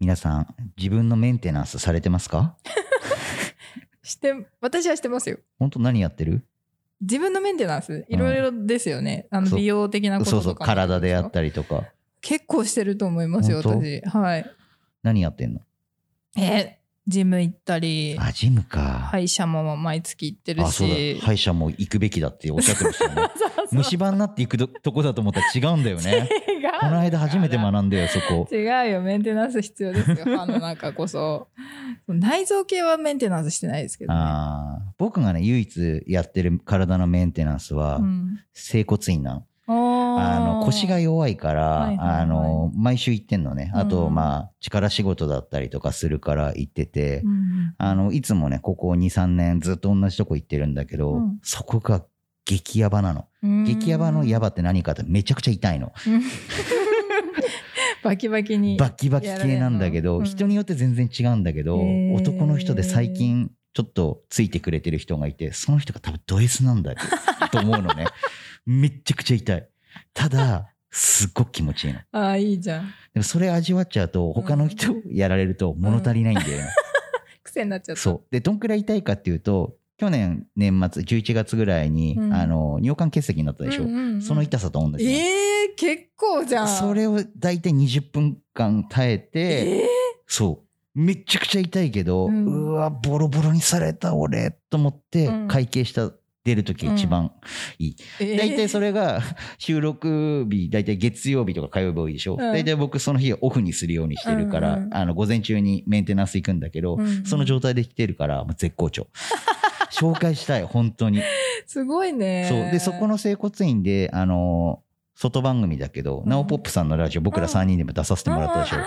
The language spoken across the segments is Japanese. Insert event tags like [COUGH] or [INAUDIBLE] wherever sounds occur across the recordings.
皆さん、自分のメンテナンスされてますかして私はしてますよ本当何やってる自分のメンテナンスいろいろですよね、あのそう美容的なこととそかうそう、体でやったりとか。結構してると思いますよ本当私はい何やってんのえジム行ったりあ、ジムか。歯医者も毎月行ってるあ、そうだし。歯医者も行くべきだっておっしゃってましたよね。 [LAUGHS] そうそう虫歯になっていくどとこだと思ったら違うんだよね。 [LAUGHS] 違うこの間初めて学んだよ、そこ。 [LAUGHS] 違うよメンテナンス必要ですよ歯の中こそ [LAUGHS] 内臓系はメンテナンスしてないですけど、ねあー僕がね、唯一やってる体のメンテナンスはう、ん、整骨院なの。ああの腰が弱いから、はいはいはいあの毎週行ってんのね。あと、うんまあ力仕事だったりとかするから行ってて、うんあのいつもねここ23年ずっと同じとこ行ってるんだけど、うんそこが激ヤバなの。激ヤバのヤバって何かってめちゃくちゃ痛いの。うん [LAUGHS] バキバキにバキバキ系なんだけど、やられるのうん人によって全然違うんだけど、へー男の人で最近ちょっとついてくれてる人がいてその人が多分ド S なん [LAUGHS] だよと思うのねめっちゃくちゃ痛いただすっごく気持ちいいのああいいじゃんでもそれ味わっちゃうと他の人やられると物足りないんだよね、癖になっちゃったそうでどんくらい痛いかっていうと去年年末11月ぐらいに、うんあの尿管結石になったでしょ、うんうんうんその痛さと同じなの、えー、結構じゃんそれを大体20分間耐えて、えそう。めちゃくちゃ痛いけど、ううんわ、ボロボロにされた俺と思ってうん、会計した、出るとき一番いい。ー、大体それれが [LAUGHS] 収録日、大体月曜日とか火曜日多いでしょ。ん大体僕その日オフにするようにしてるから、うんうんあの、午前中にメンテナンス行くんだけど、その状態で来てるから、もう絶好 [LAUGHS] 調。紹介したい、本当に。すごいねそう。で、そこの整骨院で、あの外番組だけど、うんナオポップさんのラジオ僕ら3人でも出させてもらったでしょあー。あー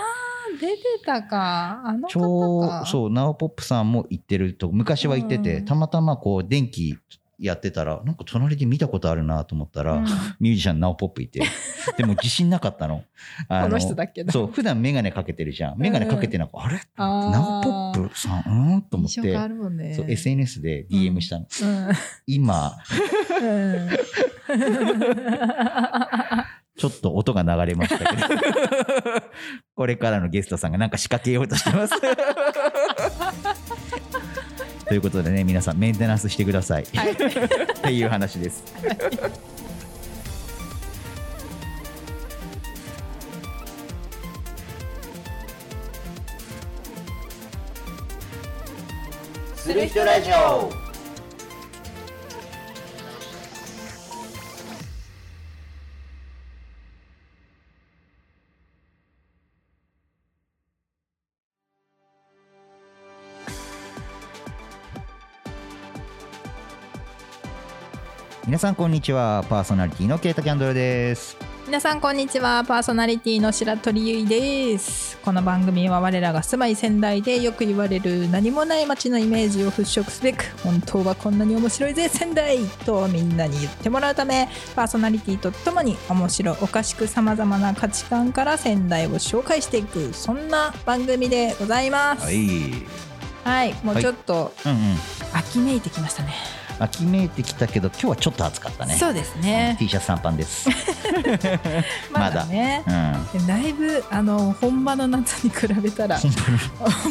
出てたかあのちょ方かうそうナオポップさんも行ってると昔は行ってて、うんたまたまこう電気やってたらなんか隣で見たことあるなと思ったら、うんミュージシャンナオポップい [LAUGHS] てでも自信なかったの。あこの人だけどそう普段眼鏡かけてるじゃん眼鏡かけてなんか、あれあーナオポップさんうんと思っ印象があて、るもんねそう SNS でう DM んしたの、うん今うんちょっと音が流れましたけど [LAUGHS] これからのゲストさんがなんか仕掛けようとしてますということでね皆さんメンテナンスしてください、はいっていう話です。する人ラジオ。皆さんこんにちはパーソナリティのケイタキャンドルです。皆さんこんにちはパーソナリティの白鳥ゆいですこの番組は我らが住まい仙台でよく言われる何もない街のイメージを払拭すべく本当はこんなに面白いぜ仙台とみんなに言ってもらうためパーソナリティとともに面白おかしくさまざまな価値観から仙台を紹介していくそんな番組でございますはい。うんはい、もうはいちょっとうん。秋めいてきましたね秋めいてきたけど今日はちょっと暑かったね。そうですね T シャツ短パンです。まだねうん。だいぶあの本場の夏に比 [LAUGHS] べたら本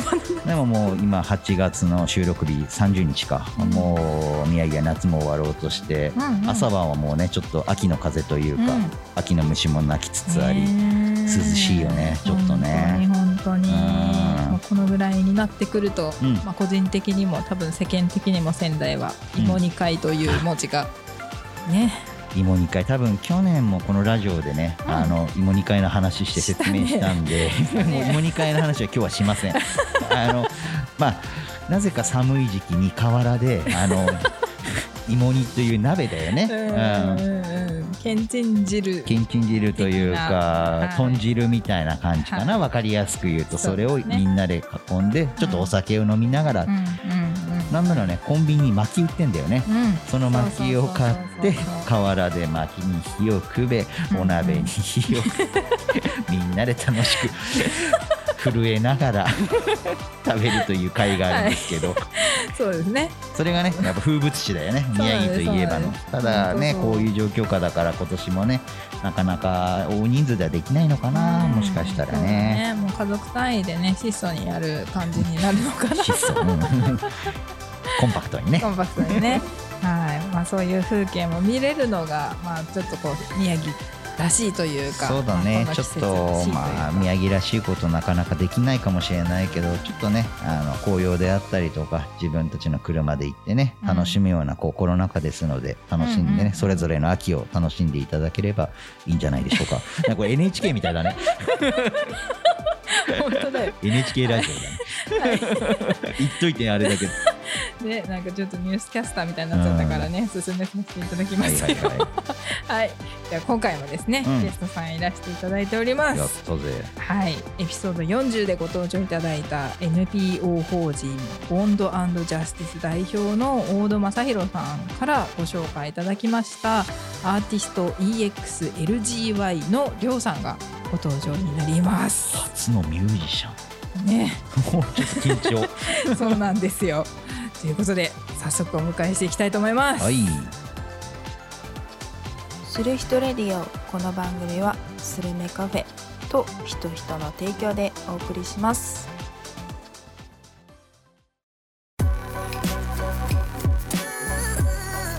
当に。でももう今8月の収録日30日か。うんもう宮城は夏も終わろうとして。うんうん朝晩はもうねちょっと秋の風というか、うん秋の虫も鳴きつつあり、ねえ涼しいよねちょっとね本当に本当にうんまあこのぐらいになってくると、うんまあ、個人的にも多分世間的にも仙台は「芋煮会」という文字が、ね芋煮会多分去年もこのラジオでね、うんあの芋煮会の話して説明したんで、たねもう [LAUGHS] 芋煮会の話は今日はしま [LAUGHS] せんあのまあなぜか寒い時期に河原であ [LAUGHS] の芋煮という鍋だよね、うんうんうんうんけんちん汁キンキン汁という的なはかい豚汁みたいな感じかな、わかりやすく言うとそうそでれすをねみんなで囲んでちょっとお酒を飲みながら、うんうんうんなんならねコンビニに薪売ってんだよね、うんその薪を買ってそうそうそうそう河原で薪に火をくべうんお鍋に [LAUGHS] 火をみんなで楽し [LAUGHS] く震えながら食べるという会があるんですけど、そうですねそれがねやっぱ風物詩だよねそう宮なんです城といえばのそたうなんですだね本当そうこういう状況下だから今年もねなかなか大人数ではできないのかなもしかしたらそうだねねもう家族単位でね質素にやる感じになるのかな質素、うんコンパクトにねコンパクト [LAUGHS] にねはい、まあ、そういう風景も見れるのが、まあ、ちょっとこう宮城らしいというかそうだねまあちこょのっと季節らしいいうかまあ宮城らしいことなかなかできないかもしれないけどちょっとねあの紅葉であったりとか自分たちの車で行ってねうん楽しむようなこうコロナ禍ですので楽しんでね、うんうんそれぞれの秋を楽しんでいただければいいんじゃないでしょう [LAUGHS] かなんかこれ NHK みたいだね本当だよ NHK ラジオだね [LAUGHS] 言っといてあれだけどねなんかちょっとニュースキャスターみたいになっちゃったからね、進めさせていただきまはいしたはいよはい [LAUGHS] はい、じゃあ今回もですね、うんゲストさんいらしていただいており [LAUGHS] まやっす。とぜはい、エピソード40でご登場いただいた NPO 法人ボンドジャスティス代表の大戸正弘さんからご紹介いただきましたアーティスト EXLGY のりょうさんがご登場になります。初のミュージシャンね、もうちょっと緊張そうなんですよ。ということで早速お迎えしていきたいと思います。はいスルヒトレディオこの番組はスルメカフェと人人の提供でお送りします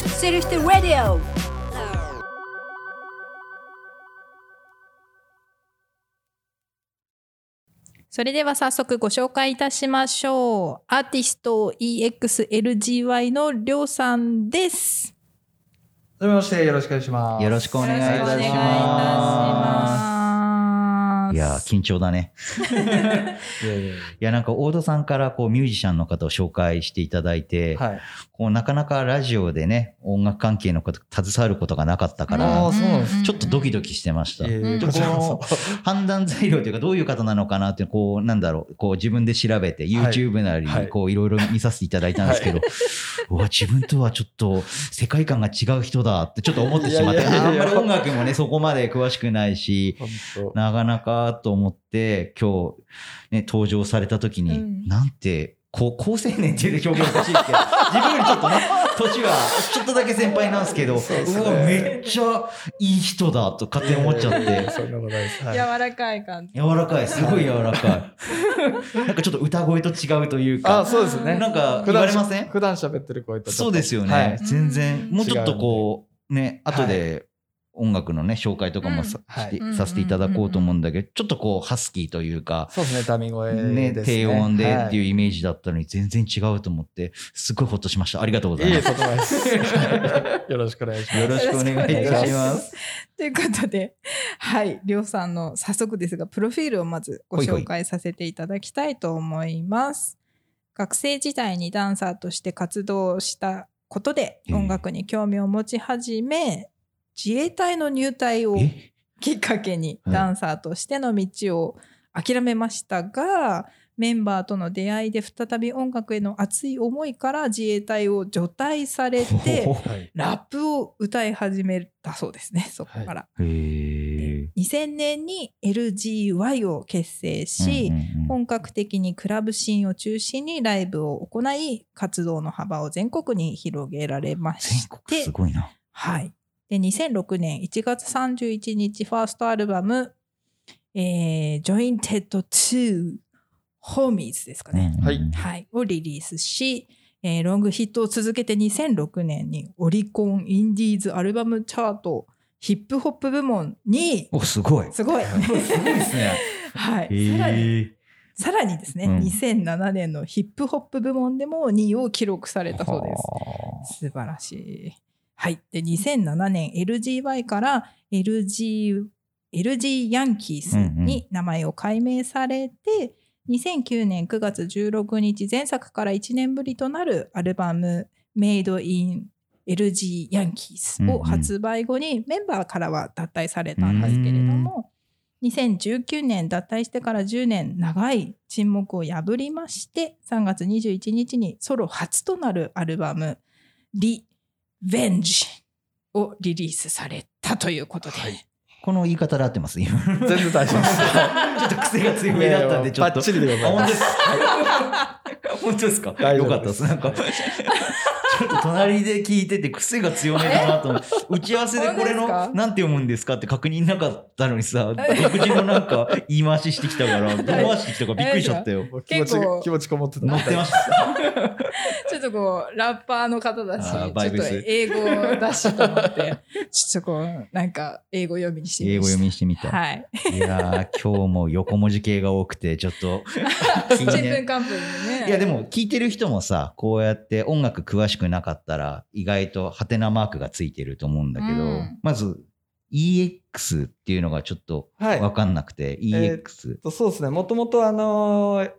スルヒトレディオそれでは早速ご紹介いたしましょう。アーティスト EXLGY のりょうさんです。はじめまして、よろしくお願いします。よろしくお願いいたしますよろくお願いいたしますいやー緊張だねいやいやいいやなんか大戸さんからこうミュージシャンの方を紹介していただいて、やはい。こうなかなかラジオでね音楽関係のこと携わることがなかったかあらーそうなんですちょっとドキドキしてました。えうんーこちらこそ判断材料というかどういう方なのかなってこうなんだろうこう自分で調べて YouTube なりはいこういろいろ見させていただいたんですけど、うわ自分とはちょっと世界観が違う人だってちょっと思ってしまっいてやいやいあやんいまやり音楽もねそこまで詳しくないし本なかなかと思って今日、ね、登場された時に、うんなんて高高青年っていう表現おかしいですけど自分よりちょっとね年はちょっとだけ先輩なんですけどうそうですねわめっちゃいい人だと勝当手に思っちゃっいやいてやそんなことないです。はい柔らかい感じ。柔らかいすごい柔らかいなんかちょっと歌声と違うというあ、かそうですね。なんか言われません普段喋ってる声とちょっと。そうですよね、はい全然うんもうちょっとこうね後で音楽のね紹介とかもさ,うんして、はいさせていただこうと思うんだけどちょっとこうハスキーというか、そうですね、ダミ声ですね。ね、低音でっていうう。イメージだったのに全然違うと思って、すごいほっとしました。ありがとうございいいえ、ます。そんなことないです。よろしくお願いします。よろしくお願いいたします。ということで、はい、りょうさんの早速ですが、プロフィールをまずご紹介させていただきたいと思います。学生時代にダンサーとして活動したことでええ音楽に興味を持ち始め、自衛隊の入隊をえきっかけにはいダンサーとしての道を諦めましたが、メンバーとの出会いで再び音楽への熱い思いから自衛隊を除隊されほてほはい。ラップを歌い始めたそうですねそこから、へー2000年に LGY を結成し、うんうんうん本格的にクラブシーンを中心にライブを行い活動の幅を全国に広げられまし全て国すごいな。はい。で、2006年1月31日、ファーストアルバム、えー、Jointed to Homies ですかね。はいうんうんはい。をリリースし、えーロングヒットを続けて2006年にオリコンインディーズアルバムチャートヒップホップ部門に、お、すごい。すごい。すごいですね。 [LAUGHS] はい。さらえにさらにですね、うん2007年のヒップホップ部門でも2位を記録されえたそうです。素晴らしい。はい。で、2007年 LGY から LG、LG ヤンキースに名前を改名されて、2009年9月16日、前作から1年ぶりとなるアルバム Made in LG ヤンキースを発売後にメンバーからは脱退されたんですけれども、2019年脱退してから10年長い沈黙を破りまして3月21日にソロ初となるアルバム「リ・ベンジ」をリリースされたということで、この言い方で合ってます、今。全 [LAUGHS] 然大丈夫です。ちょっと癖が強めだったんで、ちょっと。バッチリでございあ、本ま当す。です。 [LAUGHS] 本当ですか大丈よかっ夫たでですす。なんか、ちょっと隣で聞いてて癖が強めだな [LAUGHS] と思って、打ち合わせでこれの、な本当ですかんて読むんですかって確認なかったのにさ、独自のなんか言い回ししてきたから、どう回してきたかびっくりしちゃったよ。もう気持ち結構気持ちこもってた乗ってました。 [LAUGHS] ちょっとこう、ラッパーの方だし、ちょあーっとバイブス英語だしと思って、 [LAUGHS] ちょっとこう、なんか、英語読みにしてみ英ま語した読みしてみた。はい。いやー、今日も横文字系が多くて、ちょっ [LAUGHS] と、気ちにんねぷんかんぷんでね。いやでも聞いてる人もさこうやって音楽詳しくなかったら意外とハテナマークがついてると思うんだけど、うんまず EX っていうのがちょっとはい分かんなくて、EX、とそうですねもともとあのー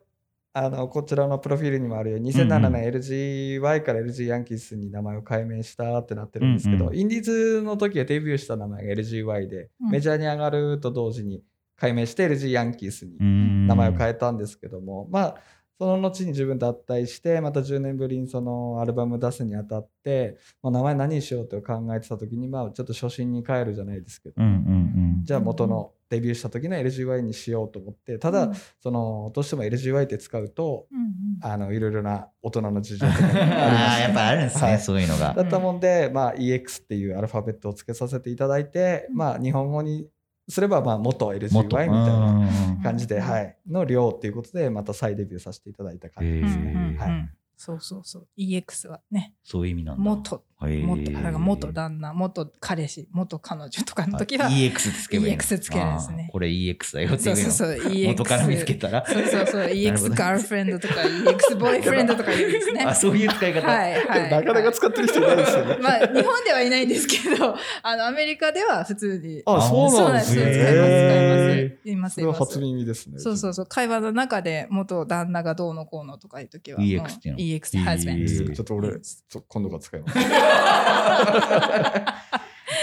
あのこちらのプロフィールにもあるように2007年 LGY から LG ヤンキースに名前を改名したってなってるんですけど、うんうんインディーズの時はデビューした名前が LGY で、うんメジャーに上がると同時に改名して LG ヤンキースに名名前を変ええたんですけども、まあその後に自分脱退してまた10年ぶりにそのアルバム出すにあたって、まあ、名前何にしようと考えてた時にまあちょっと初心に帰るじゃないですけど、うんうんじゃあ元のデビューした時の LGY にしようと思ってただ、うんそのどうしても LGY って使うとうんうん [LAUGHS] あのいろいろな大人の事情とかうん、がありまあすーやっぱあるんですね、はいそういうのがだ。ったもんで、まあ、EX っていうアルファベットをつけさせていただいて、うんまあ、日本語にすれば、まあ、元 LGY みもっとたいなうん感じで、うんはい、の量っていうことでまた再デビューさせていただいた感じへでーすね。うんうんはいうんそうそうそう。EX はね、そういう意味なんだ。元、へー、元、だから元旦那、元彼氏、元彼女とかの時はあ、EX つけばいいの EX つけるんですねあーこれ EX だよっていそうのうそうそう、EX。元から見つけたら。そう [LAUGHS] そうそう、るほど EX ガールフレンドとか EX ボーイフレンドとか言うんですね。 [LAUGHS] あそういう使い方。はいはい。なかなか使ってる人いないですよね。まあ、日本ではいないんですけど、 [LAUGHS] あの、アメリカでは普通に。あ、そうなんでですすよね。使います、へー使います。そいれまはす、います初。耳ですね。そうそうそう、会話の中で元旦那がどうのこうのとかいう時は、 EX もっていうの EX husband。 EX ちょっと俺、ちょ今度から使います。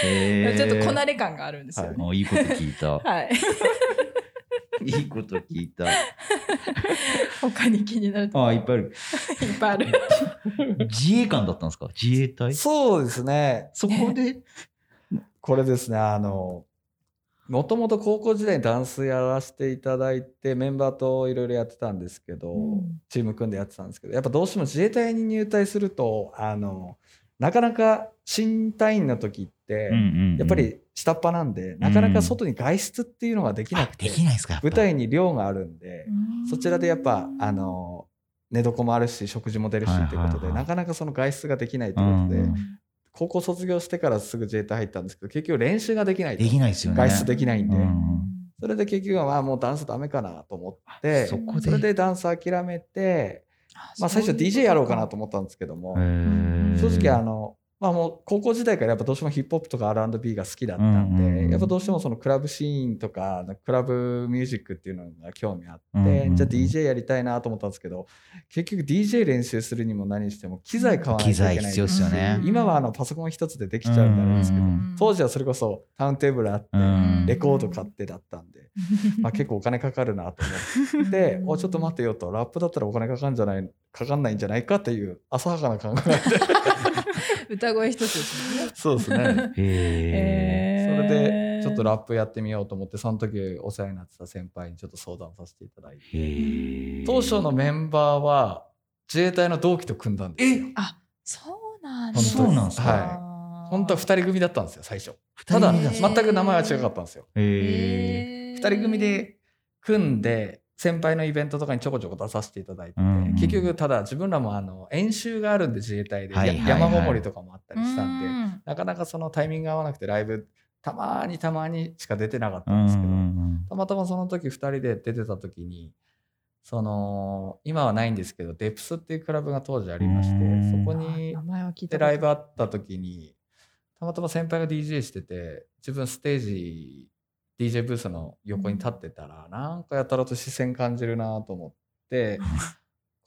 へーちょっとこなれ感があるんですよね。あいいこと聞いた。 [LAUGHS] はい。いいこと聞いた。他に気になるとああ、いっぱいある。いっぱいある。自衛官だったんですか自衛隊そうですね。そこで、これですね、あの、もともと高校時代にダンスやらせていただいて、メンバーといろいろやってたんですけど、うんチーム組んでやってたんですけど、やっぱどうしても自衛隊に入隊すると、あの、なかなか新隊員の時って、やっぱり下っ端なんで、なかなか外に外出っていうのができなあくて、できないですかやっぱ舞台に寮があるんで、そちらでやっぱあ、の寝床もあるし食事も出るしっていうことで、はいはいはいなかなかその外出ができないとういうんことうで、ん高校卒業してからすぐ自衛隊入ったんですけど結局練習ができないとできないですよね外出できないんで、うんそれで結局はまあもうダンスダメかなと思ってそそこでれでダンス諦めて、まあ、最初 DJ やろうかなと思ったんですけども、へー正直あの、まあ、もう高校時代からやっぱどうしてもヒップホップとか R&B が好きだったんで、うんうんうんやっぱどうしてもそのクラブシーンとかクラブミュージックっていうのが興味あって、うんうんうんじゃあ DJ やりたいなと思ったんですけど結局 DJ 練習するにも何しても機材買わな機いといけない材必要ですよね。今はあのパソコン一つでできちゃうんであれですけど、うん当時はそれこそタウンテーブルあって、うんレコード買ってだったんで、 [LAUGHS] まあ、結構お金かかるなと思っておちょっと待ってよとラップだったらお金かかんじゃないかかんないんじゃないかっていう浅はかな考えで歌声一つですね。そうですねへそれでちょっとララップやってみようと思ってその時お世話になってた先輩にちょっと相談させていただいてーへー当初のメンバーは自衛隊の同期と組んだんですよそうなん本当ですそうなんですかは本当は2人組だったんですよ最初二ただ人だへー全く名前は違かったんですよへ2人組で組んで先輩のイベントとかにちょこちょこ出させていただいてて、うん結局ただ自分らもあの演習があるんで自衛隊で、はいやはいはい山ごもりとかもあったりしたんで、んなかなかそのタイミングが合わなくてライブたまにたまにしか出てなかったーうんんでうすけど、んたまたまその時2人で出てた時にその今はないんですけどデプスっていうクラブが当時ありましてうんそこうんに名前は聞いでたライブあった時にたまたま先輩が DJ してて自分ステージ DJ ブースの横に立ってたら、なんかやたらと視線感じるなと思って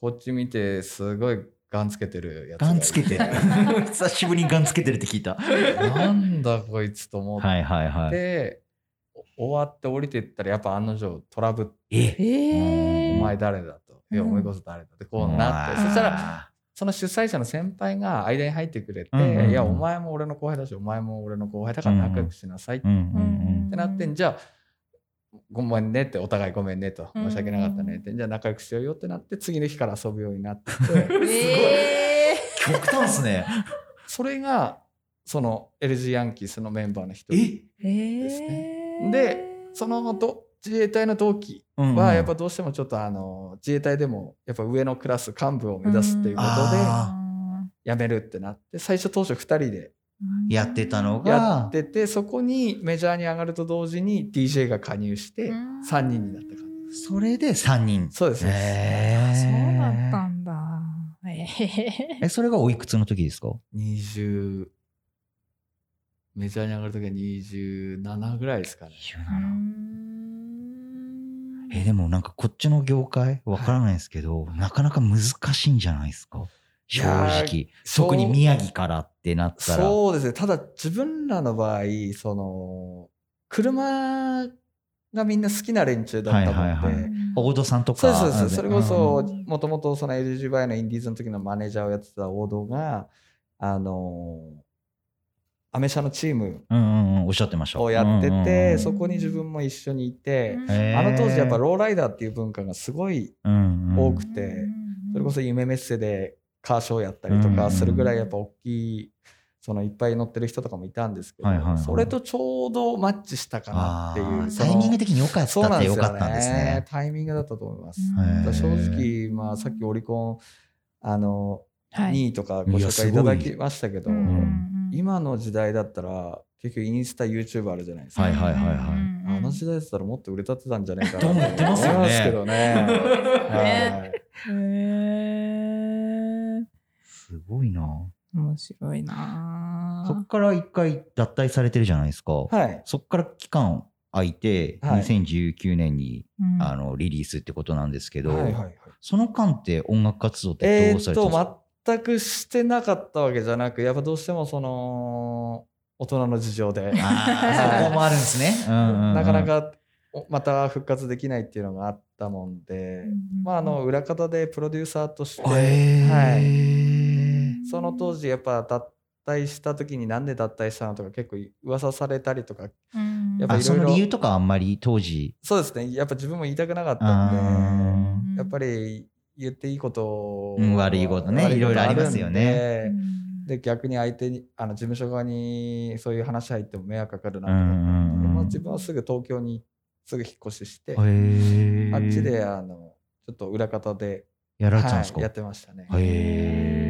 こっち見てすごいガンつけてるやつがいガンつけ [LAUGHS] てる久しぶりにガンつけてるって聞いた。なんだこいつと思って、はいはいはい。お終わって降りてったらやっぱ案の定トラブってええ「おうん前誰だ?」と「いやうんお前こそ誰だ?」ってこうなって、うわーそしたらその主催者の先輩が間に入ってくれて、うんうんうんいや、お前も俺の後輩だし、お前も俺の後輩だから仲良くしなさいっうんうんうんてなってんじゃあ、ごめんねってお互いごめんねとうん申し訳なかったねってじゃあ仲良くしようよってなって次の日から遊ぶようになって [LAUGHS] え極端ですね。それがその LG ヤンキースのメンバーの一人 [LAUGHS] えー、えですー、ねでそのど自衛隊の同期はやっぱどうしてもちょっとあの自衛隊でもやっぱ上のクラス幹部を目指すっていうことうんであ辞めるってなって最初当初2人でやってたのがやっててそこにメジャーに上がると同時に DJ が加入してうん3人になった感うんそれで3人。そうですねへーそうだったんだ。えーえ、それがおいくつの時ですか20メジャーに上がる時は27ぐらいですかねうんえ、でもなんかこっちの業界わからないですけど、なかなか難しいんじゃないですか正や直。そう特に宮城からってなったら。そうですねただ自分らの場合その車がみんな好きな連中だったもんで、はいはいはう大戸さんとか。そうですそうですそれこうそんもともとその LGY のインディーズの時のマネージャーをやってた王道があのアメ車のチームうんうんうん、おっしゃってました。をやってて、うんうんうんそこに自分も一緒にいて、んえーあの当時やっぱローライダーっていう文化がすごいうんうん多くて、それこそ夢メッセでカーショーやったりとうんうんうかんするぐらいやっぱ大きいそのいっぱい乗ってる人とかもいたんですけど、はいはいはいそれとちょうどマッチしたかなあっていうーそタのイミング的に良かっそうたなっんでてす良よかったんですね。タイミングだったと思います。へだからー正直、まあ、さっきオリコンあの、はい2位とかご紹介いただきましたけど、うんうんうん今の時代だったら結局インスタ YouTube あるじゃないですか、はいはいはいはいうんうんあの時代だったらもっと売れたってたんじゃないかなと思ってますよね思いますけどね。 [LAUGHS] ねはいへーすごいな。面白いそっなから一回脱退されてるじゃないですか。はい。そっから期間空いて、はい2019年にぁ。うんあのリリースってことなんですけど、はいはいはいその間って音楽活動ってえどうーさっれてたんですか、と、全くしてなかったわけじゃなく、やっぱどうしてもその、大人の事情で。 [LAUGHS] あーそこもあるんです [LAUGHS] ね。 [LAUGHS] うんうんうんなかなかおまた復活できないっていうのがあったもんで、まあ、あの裏方でプロデューサーとして、えーはい、いその当時やっぱ脱退した時になんで脱退したのとか結構噂されたりとかやっぱありその理由とかあんまり当時。そうですねやっぱ自分も言いたくなかったんあでやっぱり言っていいことうん悪いことね悪いろいろありますよねあるんで。でで逆に相手にあの事務所側にそういう話入っても迷惑かかるなとう思んうっんて、うんまあ、自分はすぐ東京にすぐ引っ越しして、ーへーあっちであのちょっと裏方で、やられてたんはですか、い、やってましたね。へえ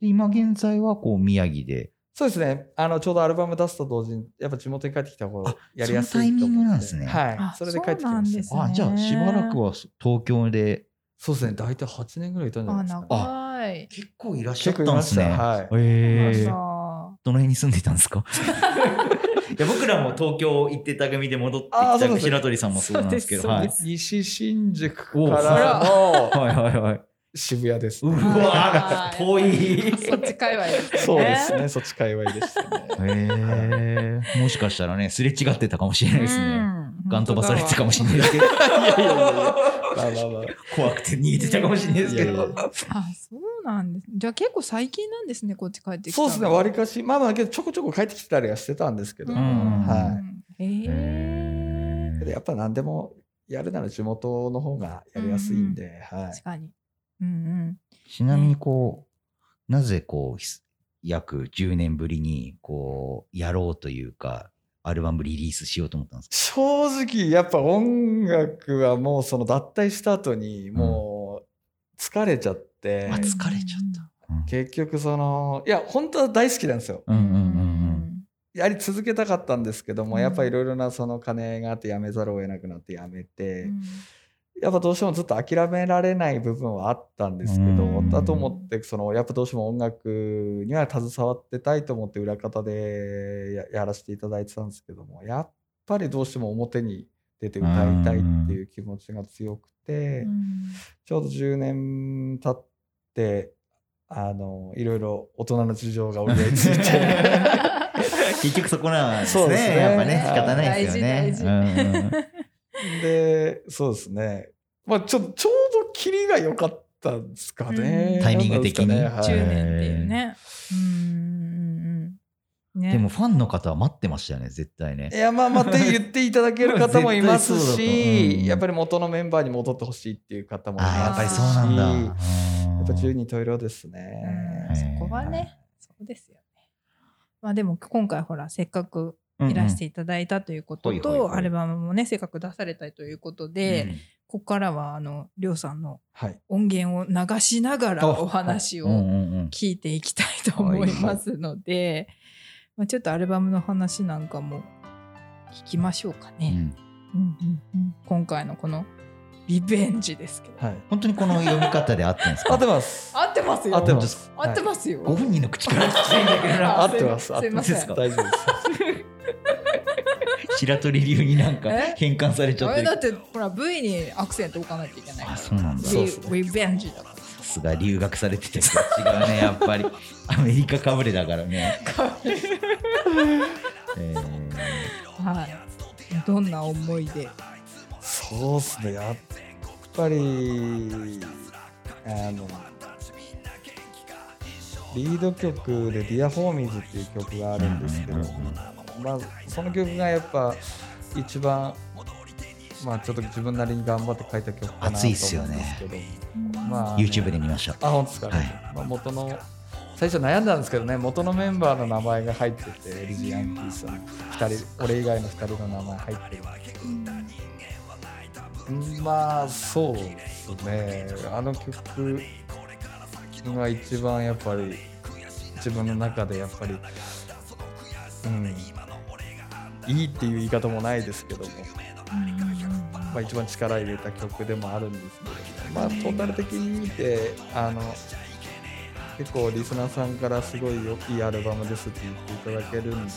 で今現在はこう宮城でそうですねあのちょうどアルバム出すと同時にやっぱ地元に帰ってきた方がやりやすそのいタイミングと思ってなんですねはあい、それで帰ってきまそうなんしでたすね。ねあじゃあしばらくは東京でそうですね大体8年ぐらいいたんじゃなあいですか、ね。長い結構いらっしゃ結った構いんまでしすたね。はいへーあどの辺に住んでいたんですかいや僕らも東京行ってた組で戻ってきあーたそうです白鳥さんもそうなんですけど。そうはでいす西新宿かおらのはいはいはい。渋谷です、うね。わあーー遠い。ーそっち界隈ですねそうですね、そっち界隈でしたね。へえ。もしかしたらね、すれ違ってたかもしれないですね。ガン飛ばされてたかもし [LAUGHS] れないですけど。いやいやいやいやまあまあまあ怖くて逃げてたかもしれないですけいやいど。やあそうなんですじゃあ結構最近なんですねこっち帰ってきた [LAUGHS] そうですね、わりかし、まあまあ、けどちょこちょこ帰ってきてたりはしてたんですけど、んはいえへやっぱ何でもやるなら地元の方がやりやすいんで、はー確い。かにうんーちなみにこう、なぜこうひす、約10年ぶりに、こう、やろうというか、アルバムリリースしようと思ったんですか正直、やっぱ音楽はもうその脱退した後に、もう疲れちゃってあ、疲れちゃった。結局その、いや、本当は大好きなんですよ。うんうんううんんやり続けたかったんですけどうも、んやっぱいろいろなその金があって辞めざるを得なくなって辞めうて、んやっぱどうしてもずっと諦められない部分はあったんですけど、うんだと思ってそのやっぱどうしても音楽には携わってたいと思って裏方でややらせていただいてたんですけどもやっぱりどうしても表に出て歌いたいっていう気持ちが強くて、 [LAUGHS] うんちょうど10年経ってあのいろいろ大人の事 [LAUGHS] 情が折り合いついて [LAUGHS] 結局そこなんですそうね。ですねやっぱね、仕方ないですよね大。事う大ん [LAUGHS] うんでそうですねまあちょちょうどキリが良かったんですかね、うんタイミング的になんですかねはい10年っていうね。うんうんうんね、でもファンの方は待ってましたよね絶対いねやまあまた言っていただける方もいます絶 [LAUGHS] 対そうだと思うし、やっぱり元のメンバーに戻ってほしいっていう方もいあーやっぱまりすそしうなんだやうんっぱ十人十色ですうんね。そこはね、そうですよね。まあでも今回ほらせっかくいらしていただいたということうんうんと、ほいほいほいアルバムもねせっかく出されたということで、ここからはあのりょうさんのはい。音源を流しながらあお話うんうんをうん聞いていきたいと思いますので、まあ、ちょっとアルバムの話なんかも聞きましょうかうね。んうんうんうん今回のこのリベンジですけど。はい。本当にこの読み方で合ってるんです合かってます。合ってますよ。合ってます。合ってす。ますよ。ご本人の口から聞きたいんだけどな合ってます。すいません合ってます大丈夫です。白鳥流になんかえ変換されちゃっあてれるだってほら V にアクセント置かないといけないあそうなんだそうっすね v ベンジだかさすが留学されてて違うねやっぱりアメリカかぶれだからね、らえーはいどんな思いでそうっすね、やっぱり、あの、リード曲で「Dear Homies」っていう曲があるんですけど、うんうんまあ、その曲がやっぱ一番、まあ、ちょっと自分なりに頑張って書いた曲かなと思うん熱いっですすけよど、ねまあ YouTube で見ましたあ、本当ですか、はいまあ、元の最初悩んだんですけどね元のメンバーの名前が入ってて LG ヤンキースの2人俺以外の2人の名前入ってて、うんまあそうですねあの曲が一番やっぱり自分の中でやっぱり、うん、いいっていう言い方もないですけども、まあ、一番力入れた曲でもあるんですけど、まあ、トータル的に見てあの結構リスナーさんからすごいよいいアルバムですって言っていただけるんで、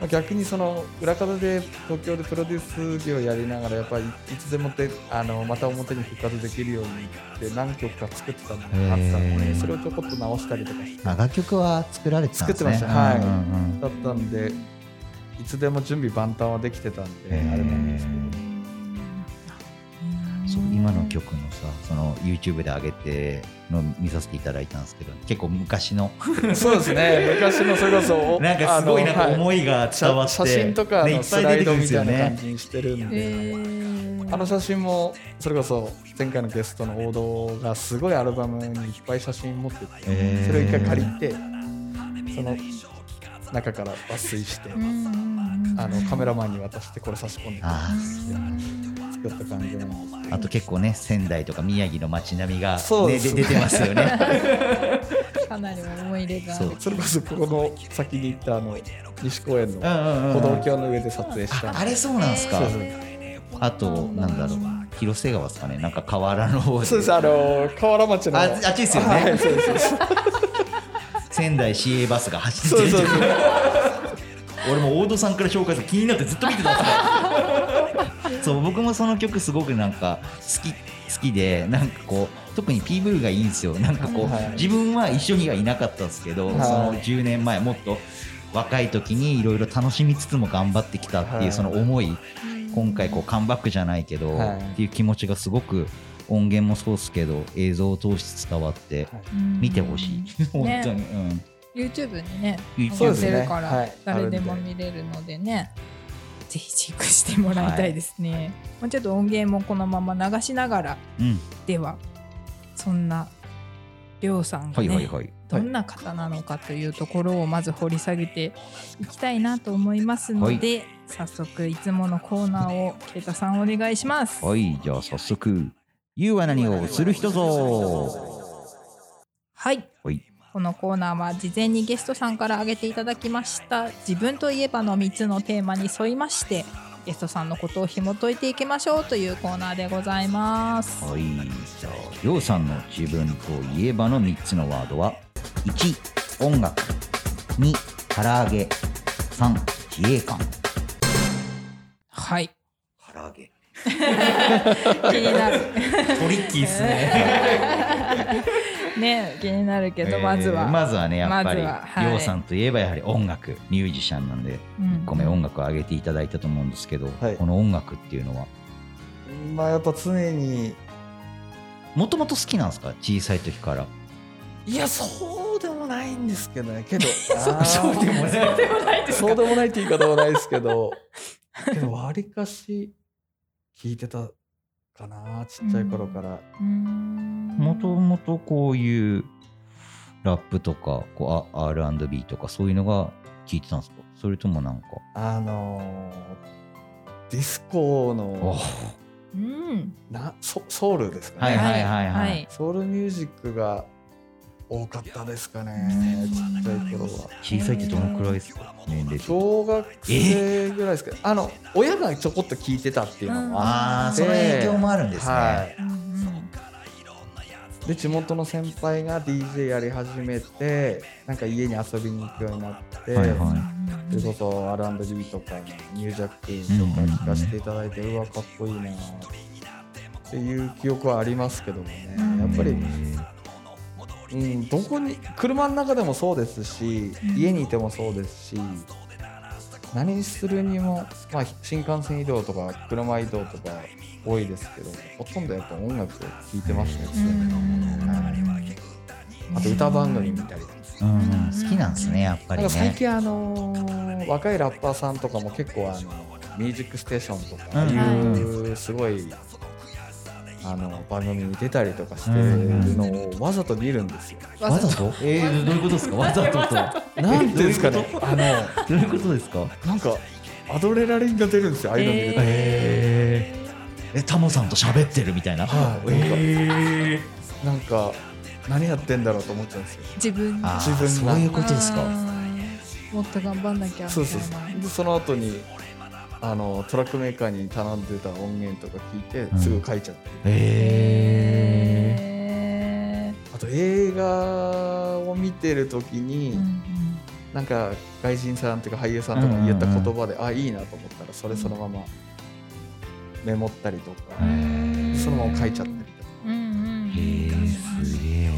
まあ、逆にその裏方で東京でプロデュース業やりながらやっぱりいつでもてあのまた表に復活できるようにって何曲か作ってたのがあったへのでーそれをちょこっと直したりとかしてあだ楽曲は作られてたんですね作ってましたはいうんうんったんでいつでも準備万端はできてたんでへーあれなんですけど。うんそう今の曲のさその YouTube で上げての見させていただいたんですけど結構昔のそうですね昔のそれこそ [LAUGHS] おなんかすごいなんかあのはい思いが伝わって写写真とかねいのっスぱいラ出てくイドるんでみすたよいな感ねじにしてるんで、えーあの写真もそれこそ前回のゲストの王道がすごいアルバムにいっぱい写真持ってて、へーそれを一回借りてその中から抜粋して、あのカメラマンに渡してこれ差し込んでくれあって作った感じなんですけあどと結構ね仙台とか宮城の街並みが、ねそうでです出てますよ [LAUGHS] ねかなり思い入れがあそるうそれこそここの先に行ったあの西公園のうんうんうん歩道橋の上で撮影したんであれそうなんですか、そうそうあとなんだろう広瀬川ですかねなんか河原の方でそうです、あの河原町の。ああっちですよねはいそうですそう仙台市営バスが走ってそうてそうそう。俺も大戸さんから紹介されて気になってずっと見てたんですよ [LAUGHS] そう僕もその曲すごくなんか好き好きでなんかこう特に PV がいいんですよなんかこう、はい自分は一緒にはいなかったんですけど、はいその10年前もっと若い時にいろいろ楽しみつつも頑張ってきたっていう、はいその思い今回こうカムバックじゃないけど、はいっていう気持ちがすごく音源もそうですけど映像を通して伝わって見てほしい、 [LAUGHS] 本当に、うん、 YouTube にねそう載ですせねるから、はい誰でも見れるのでねぜひチェックしてもらいたいですね、もうちょっと音源もこのまま流しながらうん、ではそんなりょうさんが、はいねはいはいどんな方なのかというところをまず掘り下げていきたいなと思いますので、早速いつものコーナーをケイタさんお願いします。はい、じゃあ早速、言うは何をする人ぞ。はいはいこのコーナーは事前にゲストさんから挙げていただきました「自分といえば」の3つのテーマに沿いましてゲストさんのことを紐解いていきましょうというコーナーでございます。はい、じゃあ、りょうさんの自分といえばの3つのワードは、1、音楽、2、唐揚げ、3、自衛官。はい、唐揚げ。 [LAUGHS] 気に [LAUGHS] なるトリッキーっすね。ね気になるけどまずは、えーまずはね、やっぱり、りまずははいょうさんといえばやはり音楽、ミュージシャンなんで、うんごめん、音楽を上げていただいたと思うんですけど、はいこの音楽っていうのは、まあ、やっぱ常に。もともと好きなんですか小さい時から。いや、そうでもないんですけどね [LAUGHS] けどそうそうでもねでもないですそうかでもないって言い方はないです [LAUGHS] けどけどわりかし聞いてたかなちっちゃい頃から、もともとこういうラップとかこうあ R&B とかそういうのが聞いてたんですかそれともなんかあのーディスコのうんなソソウルですかね、はいはいはいはいソウルミュージックが多かったですかねちっちゃい頃は小さいってどのくらいですか年齢的に小学生ぐらいですけどあの親がちょこっと聞いてたっていうのもあああってその影響もあるんですね、はいうんで地元の先輩が DJ やり始めてなんか家に遊びに行くようになって、はいはそれこそ R&B とかニュージャックとか聞かせていただいて、うわかっこいいなっていう記憶はありますけどもねうんやっぱいり、うん、どこに車の中でもそうですし家にいてもそうですし何するにも、まあ、新幹線移動とか車移動とか多いですけどほとんどやっぱ音楽を聴いてますね、はいあと歌番組見たりとか。うんうん好きなんですねやっぱなりんか最ね近あのー若いラッパーさんとかも結構あのミュージックステーションとかうんいうすごい、あの番組に出たりとかしてるのをわざと見るんですよ。わざとえー、どういうことですかわざとと [LAUGHS] なんていうんですかねどういうこあのなどういうことですかんかアドレナリンが出るんですよああいうの見ると。えー、えタモさんと喋ってるみたいな、はいえー、なんか何やってんだろうと思っちゃうんですよ。自分あ自分ーがそういうことですかあーもっと頑張んなきゃみたいなそうそうそうでその後にあのトラックメーカーに頼んでた音源とか聞いてんすぐ書いちゃって。えへあと映画を見てる時に、ーうんなんか外人さんとか俳優さんとか言った言葉で、あいいなと思ったらそれそのままメモったりとか、うんそのまま書いちゃったりとかうんうんー、えー、すげえよ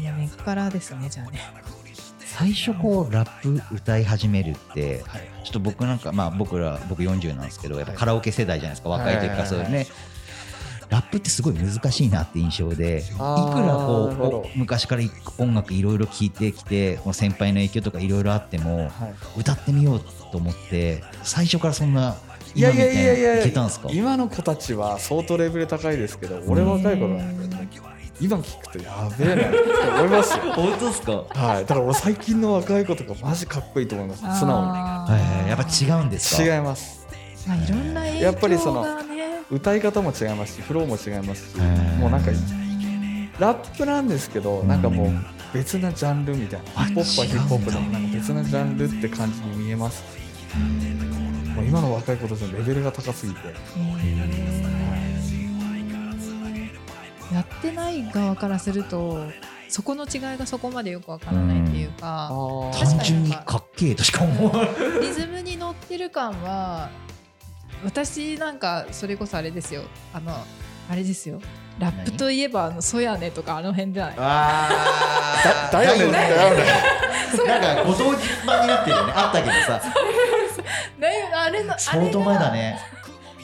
いやもう根っからですねじゃあね最初こうラップ歌い始めるって、はいちょっと僕なんかまあ僕ら僕40なんですけどやっぱはいカラオケ世代じゃないですか、若い時かはらいそういうね、ラップってすごい難しいなって印象でいくらあーなるほこどう昔から音楽いろいろ聴いてきてこの先輩の影響とかいろいろあってもはい歌ってみようと思って最初からそんない今やみいやたいやいいやにいけたんですか今の子たちは相当レベル高いですけど俺若い頃なんかね今聞くとやべえなって思いま [LAUGHS] すよ本当ですかはいだから俺最近の若い子とかマジかっこいいと思います素直あーはいやっぱ違うんですかに違いますまあいろんな影響がねやっぱりその歌い方も違いますしフローも違いますしへーもうなんかラップなんですけどなんかもう別なジャンルみたいなあヒップホップはヒップホップで違うんだなんか別なジャンルって感じに見えますもう今の若い子たちのレベルが高すぎてやってない側からするとそこの違いがそこまでよくわからないっていうか、単純にかっけえとしか思わないリズムに乗ってる感は私なんかそれこそあれですよあのあれですよラップといえばあの「そやね」とかあの辺じゃないあだよねだよねなんかご当地版になってるよねあったけどさだいぶあれのあ相れ当が前だね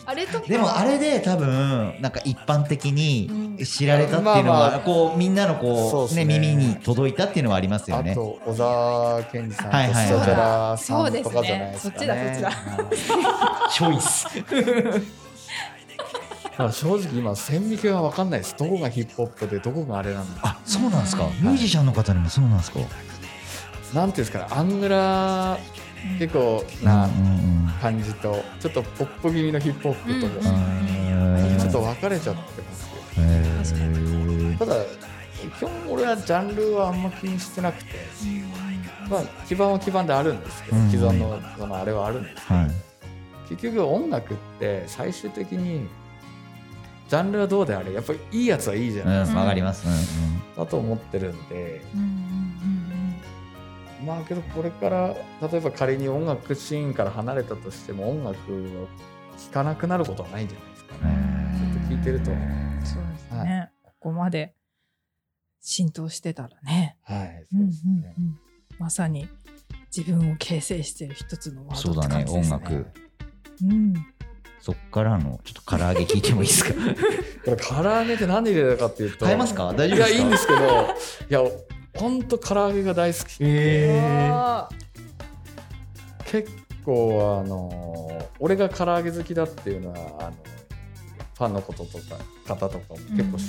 あれとかでもあれで多分なんか一般的に知られたっていうのまあまはあこうみんなのそうこっうすねね耳に届いたっていうのはありますよあねと小沢健二さんとはいはいスタジャラさんとかじゃないですか、ね、そうだ [LAUGHS] チョイスだから正直今線引きが分かんないですどこがヒップホップでどこがあれなんだあそうなんですかミュージシャンの方にもそうなんですかなんていうんですかねアングラ結構なな感じとちょっとポップ気味のヒップホップとも、うんうんちょっと分かれちゃってますけどただ基本俺はジャンルはあんま気にしてなくて、まあ、基盤は基盤であるんですけど、うん既存のそのあれはあるんです結局音楽って最終的にジャンルはどうであれやっぱりいいやつはいいじゃない、わかりますうんだと思ってるんでうんうんまあけどこれから例えば仮に音楽シーンから離れたとしても音楽を聴かなくなることはないじゃないですか、うんずっと聴いてると、うんそうですね、ここまで浸透してたらねはいうんそううんですね、うんまさに自分を形成している一つのワーそドうってだね感じで音すね楽うんそっからのちょっと唐揚げ聞いてもいいですかこれ唐揚げって何で入れたかっていうと [LAUGHS] 買えますか大丈夫でいすやかいいんですけどいやほんと唐揚げが大好きえ結構あのー俺が唐揚げ好きだっていうのはあのファンのこととか方とかも結構知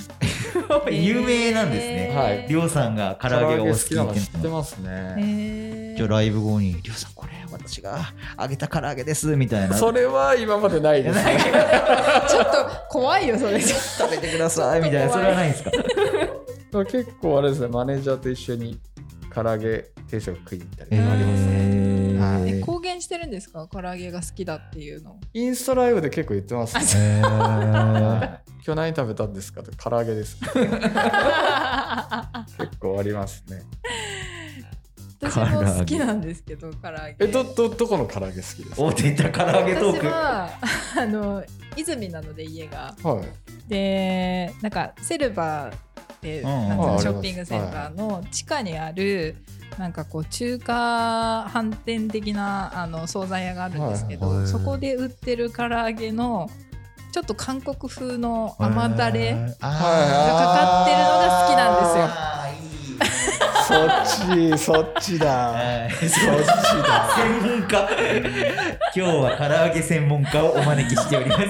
って、ー、有名なんですね。はいりょうさんが唐揚げがお好きなっのて知ってますね、え今日ライブ後に「りょうさんこれ私が揚げた唐揚げです」みたいなそれは今までないですねちょっと怖いよそれじゃ食べてください」 [LAUGHS] みたいなそれはないんですかだから [LAUGHS] 結構あれですねマネージャーと一緒に唐揚げ定食食いに行ったりとかありますえね、はいえ公言してるんですか唐揚げが好きだっていうのインスタライブで結構言ってますねーはい今日何食べたんですかと唐揚げです結構ありますね私も好きなんですけど唐揚げえどどどこの唐揚げ好きですかおはて言ったら唐揚げトー私クはあの泉なので家がいでなんかセルバーでうんなんかああショッピングセンターの地下にあるなんかこう中華飯店的なあの惣菜屋があるんですけど、はいはいそこで売ってる唐揚げのちょっと韓国風の甘だれがあかってるのが好きなんあいですよ。いそっち、そっちだ。はいそっちだ。専門家今日は唐揚げ専門家をお招きしております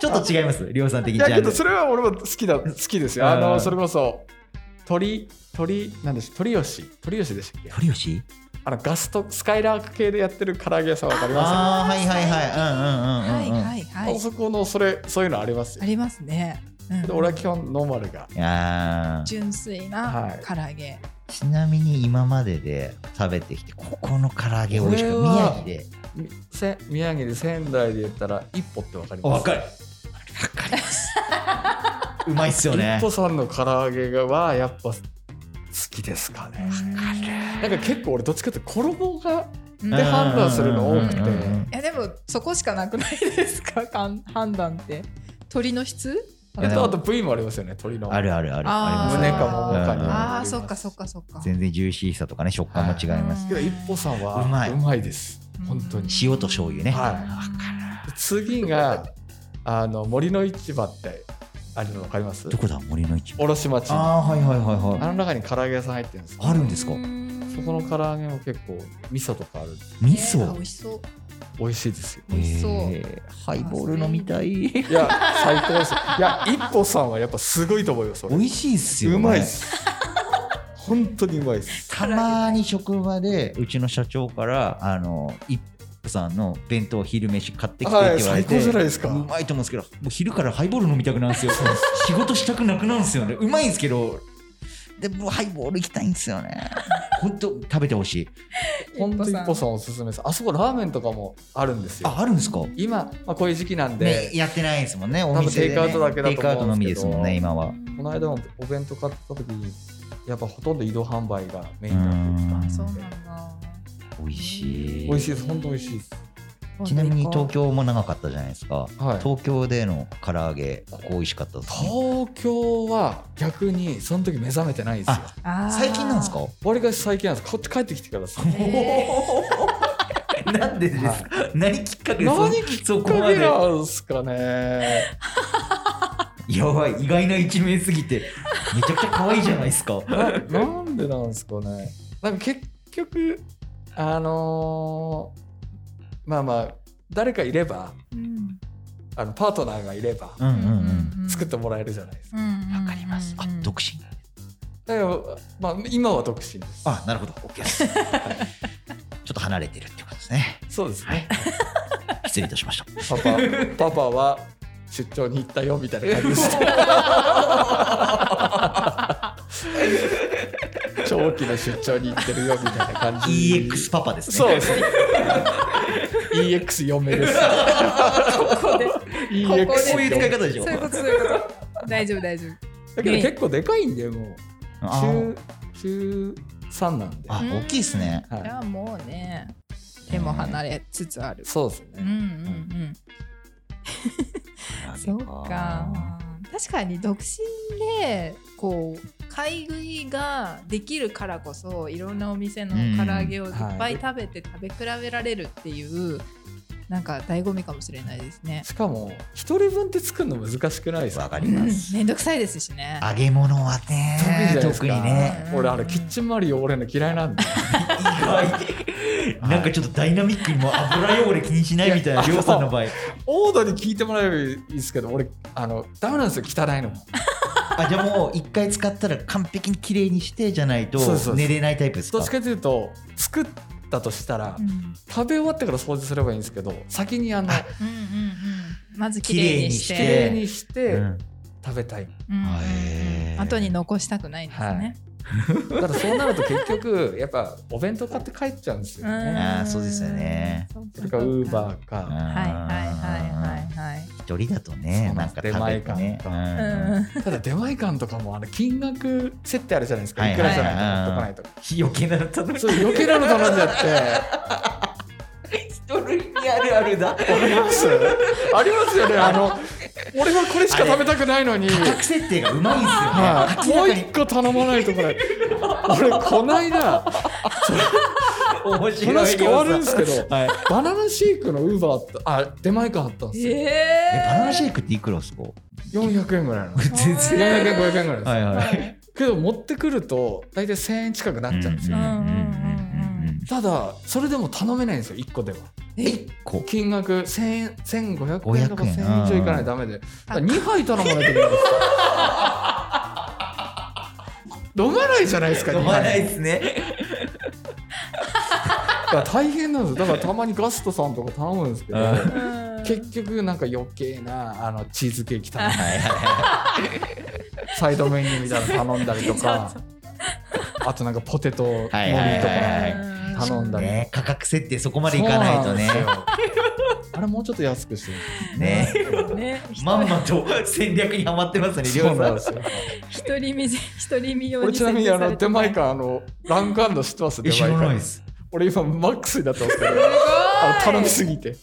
ちょっと違いますりょうさん的いにジやャけンルどそれは俺も好きだ好きですよ。うんあのそれこそ鳥鳥なんでし鳥吉鳥吉でしたっけ？鳥吉あのガストスカイラーク系でやってる唐揚げ屋さんわかりまああはいはいははいいうんうんうんうんはいすはよ。いあそこのそれそういうのありますよあ。りますね。けうんど俺は基本ノーマルが。あー純粋はない唐揚げ、ちなみに今までで食べてきてここの唐揚げ美味しくこれは宮城でみせ宮城で仙台で言ったら一歩ってわかります。るわかりますうまいっすよね一歩さんの唐揚げがはやっぱ好きですかね。なんか結構俺どっちかっていうと衣がうんで判断するの多くてうんうんうんうんいやでもそこしかなくないですか [LAUGHS] かん判断って鳥の質いやあとあと部位もありますよね鳥の。あるあるあるああーり胸ますかももかにうんああそっかそっかそっか全然ジューシーさとかね食感も違いますけど一歩さんはうまいうまいですうん本当に塩と醤油ね、はい次があの森の市場ってあるの分かりますどこだ森の市場卸町あああはいはいはいはの中に唐揚げ屋さん入ってるんですあるんですかそこの唐揚げも結構味噌とかあるんで味えー噌美味しそう美味しいですよ美味しそうえーハイボール飲みたいいや最高ですいや一歩さんはやっぱすごいと思いますそ [LAUGHS] れ美味しいっすよ、ね、うまいです本当にうまいですたまに職場でうちの社長からあの一歩さんの弁当昼飯買ってきてっはてい言われ最て、高じゃないですうかまいと思うんですけどもう昼からハイボール飲みたくなるん [LAUGHS] ですよ仕事したくなくなるんですよねうまいんですけどでもうハイボール行きたいんですよね [LAUGHS] 本当食べてほしい本当に一歩んさんおすすめですあそこラーメンとかもあるんですよああるんですか今、まあ、こういう時期なんで、ねやってないですもんねお店で、ね、多分テイクアウトだけだと思うんですけどテイクアウトのみですもんね今はこの間もお弁当買った時にやっぱほとんど移動販売がメインだったうんんでそうなんだ美味しい美味しいです本当美味しいですちなみに東京も長かったじゃないですか、はい東京での唐揚げここ美味しかったですね東京は逆にその時目覚めてないんですよああー最近なんですか割りかし最近なんですこっち帰ってき [LAUGHS] てからですなんでですか、は何きっかけです何きっそこまかけでなんですかねやばい意外な一面すぎてめちゃくちゃ可愛いじゃないですか [LAUGHS] なんでなんですかねなんか結局あのーまあまあ誰かいればうんあのパートナーがいればうんうんうん作ってもらえるじゃないですか、わわかりますあ独身だからまあ今は独身ですあなるほど OK です、 [LAUGHS] はいちょっと離れてるってことですねそうですね失礼いたしました [LAUGHS] パパパパは出張に行ったよみたいな感じで [LAUGHS] した長期の出張に行ってるよみたいな感じ EX パパですねそうですね EX 嫁ですここでここで EX こういう使い方でしょそういうことそういうこと大丈夫大丈夫だけど結構でかいんでもうあー中中3なんで、あは大きいですねじゃい、あもうね手も離れつつあるそうですうんうんね、うんそうか確かに独身でこう買い食いができるからこそいろんなお店の唐揚げをいっぱい食べて食べ比べられるっていうなんか醍醐味かもしれないですね。しかも一人分って作るの難しくないですわかかうりんます。めんどくさいですしね。揚げ物は得意じゃなねいで、す特かにね。俺あれキッチン周り汚れるの嫌いなんで意外。なんかちょっとダイナミックにも油汚れ気にしないみたいな、りょうさんの場合。オードに聞いてもらえばいいですけど俺あのダメなんですよ汚いのもあ、じゃあもう一回使ったら完璧に綺麗にしてじゃないとそうそうそう寝れないタイプですかどっちかというと作ったとしたら、うんうん食べ終わってから掃除すればいいんですけど先にあのあうんうんまず綺麗にして綺綺麗麗ににしてうん食べたい、うんうんうんへー後に残したくないんですね。だからそうなると結局やっぱお弁当買って帰っちゃうんですようんね、あーそうですよね。そうそれかウーー。バーか、うんはいはいはいはいはい。一人だとね、そうななんんかです食べてね。出前ううんんうんただ出前館とかもあの金額設定あるじゃないですかはいいくらじゃないと持っとかない余計なの頼むと、そう余計なの頼んじゃっ人類にあるあるだ。てわかりますありますよねあの俺はこれしか食べたくないのに価格設定がうまいんですよね。はい、もう一個頼まないとこれ俺こないだ面白いよ。話変わるんですけどはい。バナナシェイクのウーバーってあ出前館あったんですよ、えバナナシェイイクっていくらですか400円ぐらいなの400全然。円500円ぐらいです、はいはい。けど持ってくると大体1000円近くなっちゃうんですよ、うんただそれでも頼めないんですよ1個では一個。金額1000円1500円とか500円1000円以上いかないとダメで2杯頼まないといけないんですよ [LAUGHS] 飲まないじゃないですか2杯ですね。だから大変なんですよだからたまにガストさんとか頼むんですけどうんク。結局なんか余計なあのチーズケーキ頼んだりはいはサイドメニューみたいなの頼んだりと [LAUGHS] かそあとなんかポテト盛りとはいはいかはい頼んい。だりね、価格設定そこまでいかないとねそう。なんですよあれもうちょっと安くしてね。ね、 [LAUGHS] まんまと戦略にはまってますね、りょうさん。すよ一人見せ一人見用俺にちなみにあの設定さ出れ前て館あのランクアンド知ってますえ出知ら前ないで館す。俺今マックスになってますけどあの頼みすぎて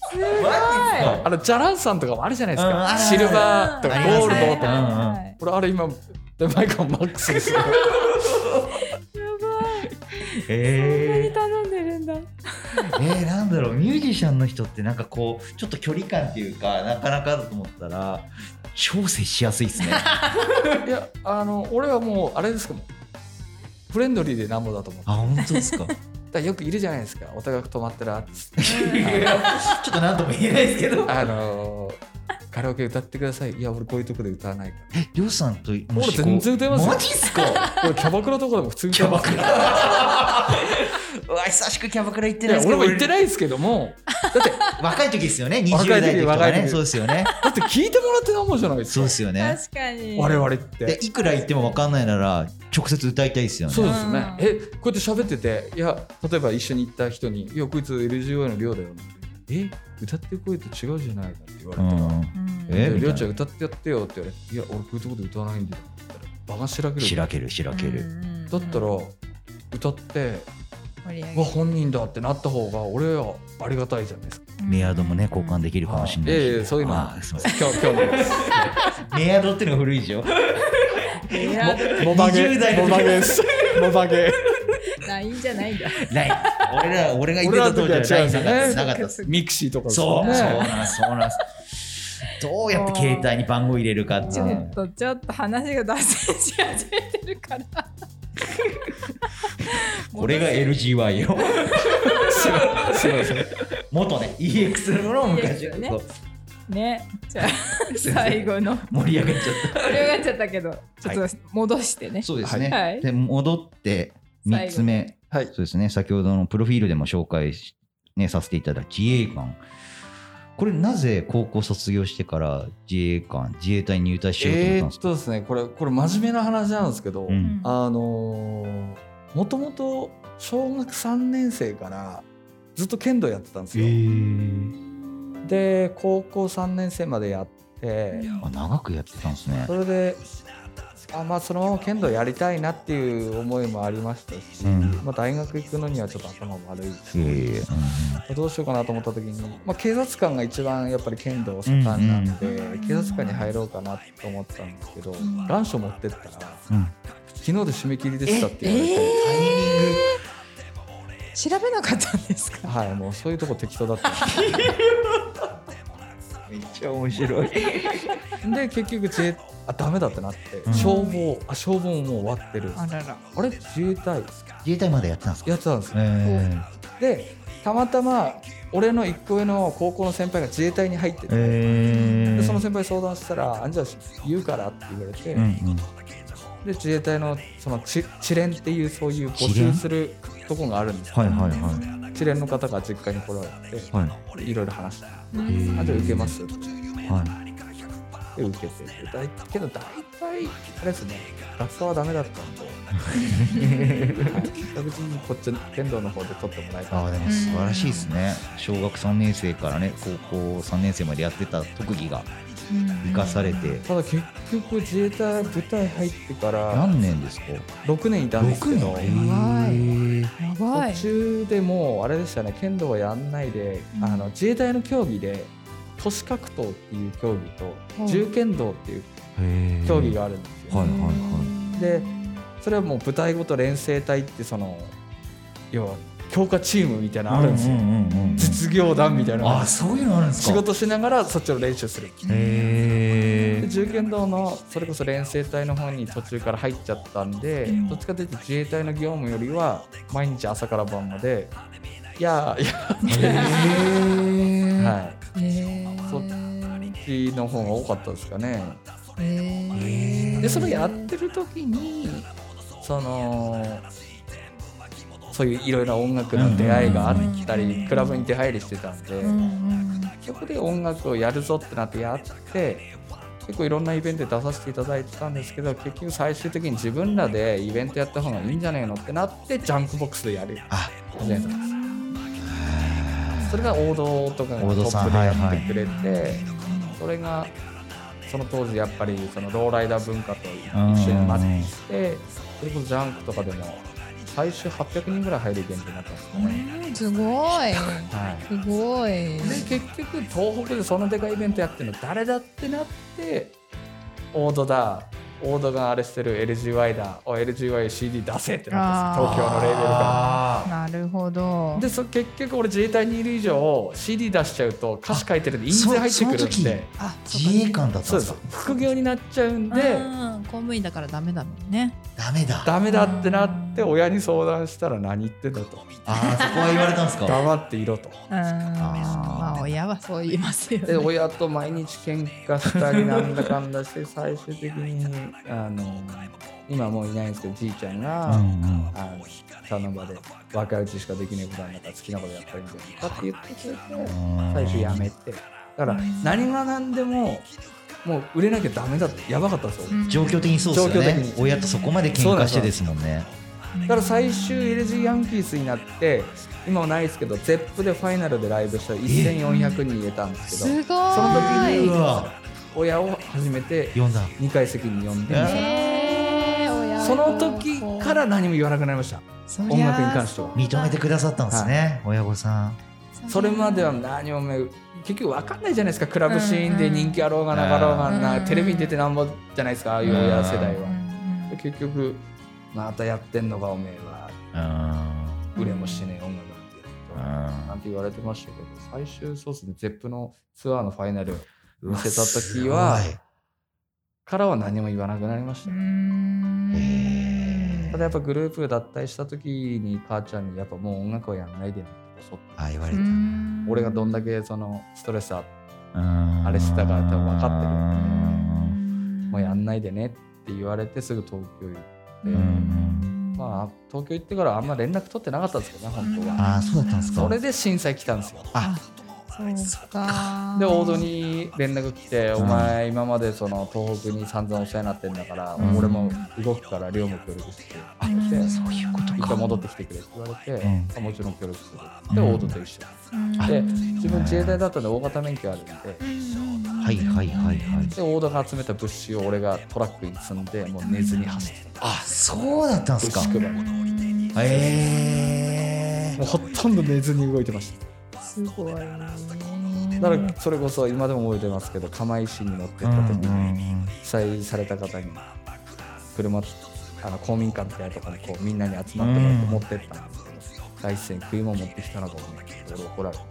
あのジャランさんとかもあるじゃないですうんあかるシルバーとかありますゴールドあとりかますうんうんはい俺あれ今出前館マックスですよえー、頼んでるんだ。えー、なんだろうミュージシャンの人ってなんかこうちょっと距離感っていうかなかなかだと思ったら調整しやすいですねいやあの俺はもうあれですけどフレンドリーでなんぼだと思うだかあ本当ですからよくいるじゃないですかお互い止まってるアーテ [LAUGHS] ィスいやちょっと何とも言えないですけどトあのーカラオケ歌ってくださいいや俺こういうとこで歌わないかえりょうさんとも俺全然歌えますよマジっすから俺キャバクラとかでも普通にキャバラクラうわ久しくキャバクラ行っていないでやすけど俺も行っていないですけども若い時ですよね20若い時代とか若いね時そうですよねだって聞いてもらってなんぼじゃないですそうでかすよね確かに。我々ってでいくら言っても分かんないなら直接歌いたいですよねそうですよねうんえこうやって喋ってていや例えば一緒に行った人に「いやこいつ LGY の量だよ」なんて「え歌ってる声と違うじゃないか」って言われうて、んうんえみたいなりょうちゃん歌ってやってよって言われて「いや俺こういうとこで歌わないんだよ」って言ったら「バカしらける」しらけるしらける、うんだったら歌って盛り上「げうわ本人だ」ってなった方が俺はありがたいじゃないですかメアドもね交換できるかもしれないし、はいええそういうのあーす [LAUGHS] いません今日今日のですメアドってのが古いでしょメアドモバゲ20代のモ時バゲですモバゲないんじゃないんだ。ない俺ら俺が言ってた当時はないなかったですなかったですミクシーとかですそう、ねそうなんですそうなんですどうやって携帯に番号入れるかってちいうょねっとちょっと話が脱線し始めてるから。 [LAUGHS] これが LGY [LAUGHS] よすいませんすいません元ね EX の昔 EX ねそうね。[LAUGHS] じゃあ最後の盛り上がっちゃっ盛り上がっちゃったけど、ちょっと戻してねた。そうですね、はいで戻って3つ目はいそうですね先ほどのプロフィールでも紹介し、ね、させていただいた自衛官これなぜ高校卒業してから自衛官自衛隊に入隊しようと思っえたんでーっすか、とですねこれこれ真面目な話なんですけど、うんあのー、もともと小学3年生からずっと剣道やってたんですよ、で高校3年生までやってあ長くやってたんですねそれであまあそのまま剣道やりたいなっていう思いもありましたし、うんまあ、大学行くのにはちょっと頭悪いいえし、いえうんどうしようかなと思った時に、まあ、警察官が一番やっぱり剣道盛んなんで、警察官に入ろうかなと思ったんですけど願書持ってったらうん昨日で締め切りでしたって言われて、タイミング調べなかったんですかはいもうそういうとこ適当だった [LAUGHS] めっちゃ面白い。で結局自衛あダメだってなって、ん消防あ消防ももう終わってるあらられ自衛隊自衛隊までやってたんですか。やってたんですよえでたまたま俺の1個上の高校の先輩が自衛隊に入ってえて、ええ。でその先輩に相談したら「あじゃあ言うから」って言われて、うんでうん。自衛隊のそのち知連っていうそういう募知連集するとこがあるんですはいはいは知連の方が実家に来られてい。はい。でいろいろ話してえ「えあじゃあ受けます」ってはい。で受けててだいけど大体あれですね学科はダメだったん [LAUGHS] ではい確実にこっちの剣道の方で取ってもらえたあんあででも素晴らしいですね。小学三年生からね高校三年生までやってた特技が生かされてただ結局自衛隊部隊入ってから何年ですか。 6年いたんですけ六ど年。やばい途中でもうあれでしたね剣道はやんないで、うんあの自衛隊の競技で都市格闘っていう競う技んと銃剣道っていうへえ競技。があるんですよ、はいはいは。でそれはもう部隊ごと連成隊ってその要は強化チームみたいないのあるんですよ、ううんうんうん。実業団みたいなのあがあそういうのあるんですか。仕事しながらそっちの練習するへでえ。銃剣道のそれこそ連成隊の方に途中から入っちゃったんでどっちかというと自衛隊の業務よりは毎日朝から晩までいやーいやーへはいえーそっちの方が多かったですかねえーでそれやってる時にそのそういういろいろな音楽の出会いがあったりクラブに出入りしてたんでうんうんそこで音楽をやるぞってなってやって結構いろんなイベントで出させていただいてたんですけど結局最終的に自分らでイベントやった方がいいんじゃねえのってなってジャンクボックスでやるあみたいなそれが王道とかがト王道さッんプでやはいっはいてくれてそれがその当時やっぱりそのローライダー文化と一緒にマッチしてそれこそジャンクとかでも最終800人ぐらい入るイベントになったんですかね。うんすごいはいすごいで結局東北でそんなでかいイベントやってるの誰だってなってオードだオードがあれしてる LGY だお LGYCD 出せってなったんですよ東京のレーベルが。あなるほどでそ結局俺自衛隊にいる以上 CD 出しちゃうと歌詞書いてるんで印税入ってくるんであー自衛官だったそんうでですすか副業になっちゃうんでうん公務員だからダメだもんねダメだあダメだってなって親に相談したら何言ってんだとあーそこは言われたんですか黙っていろと。うんまあ親はそう言いますよねで親と毎日喧嘩したりなんだかんだして最終的にあの今もういないんですけどじいちゃんが、うんうんあの茶の場で若いうちしかできないことなんだから好きなことやったらいいんじゃないかって言ってくれて最初やめてだから何が何でももう売れなきゃダメだってやばかったんですよ、うん状況的にそうですよ状況ね的に親とそこまで喧嘩してですもんねだから最終 LG ヤンキースになって今はないですけど ZEP でファイナルでライブしたら1400人入れたんですすけどごいそその時にうわ親を初めて読んだ2階席に呼んで、えーえー親その時から何も言わなくなりましたそりゃ音楽に関しては認めてくださったんですね親御さんそれまでは何もめ結局分かんないじゃないですかクラブシーンで人気あろうがなかろうがな、うんテレビに出てなんぼじゃないですかああいう親世代うは、んうん結局またやってんのかおめえはうーん売れもしねえ音楽うなんてなーんんて言われてましたけど最終そうですね ZEP のツアーのファイナル見せうたわすご時いはからは何も言わなくなりましうた、ーんただやっぱグループ脱退した時に母ちゃんにやっぱもう音楽はやらないでねって教わってあ言われうたん俺がどんだけそのストレスあっああれしてたから多分分かってるうんもうやんないでねって言われてすぐ東京行って、んまあ東京行ってからあんま連絡取ってなかったんですけどね本当は、ああそうだったんですかそれで震災来たんですよあそうかで大戸に連絡来て「お前今までその東北に散々お世話になってんだから、うん俺も動くから亮も協力して」って言ってそういうこと一回戻ってきてくれ」って言われて、うんあもちろん協力するでうん大戸と一緒うんで自分自衛隊だったんで大型免許あるんで、はいはいはいはいで大田が集めた物資を俺がトラックに積んでもう寝ずに走ってあそうだったんです物か資配りもえうほとんど寝ずに動いてましたすごいねだからそれこそ今でも覚えてますけど釜石に乗っえてうったん時うにん被災された方に車あの公民館みたいなところにこうみんなに集まってもらって持ってったんですけど海鮮食い物持ってきたのかもねって俺怒られる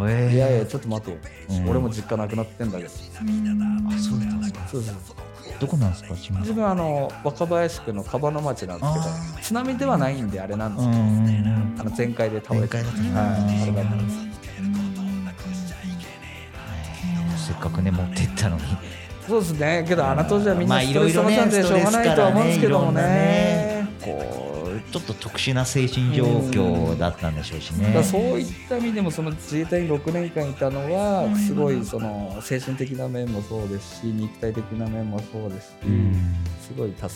おえーいやいやちょっと待てよ、うん俺も実家なくなってんだけどあそうなんだそうそうどこなんですか島自分あの若林区の樺の町なんですけあど津波ではないんであれなんですうけど、んあの全開で倒れて全壊だったねはいあれだったんですせっかくね持ってったのにそうですねけどあの当時はみんまなあスいトろレいスろ溜まっねたんでしょうがないとは思うんですけどもねストレスからねいろんなねこうちょっと特殊な精神状況だったんでしょうしだねからそういった意味でもその自衛隊に6年間いたのはすごいその精神的な面もそうですし肉体的な面もそうですし、うんすごい助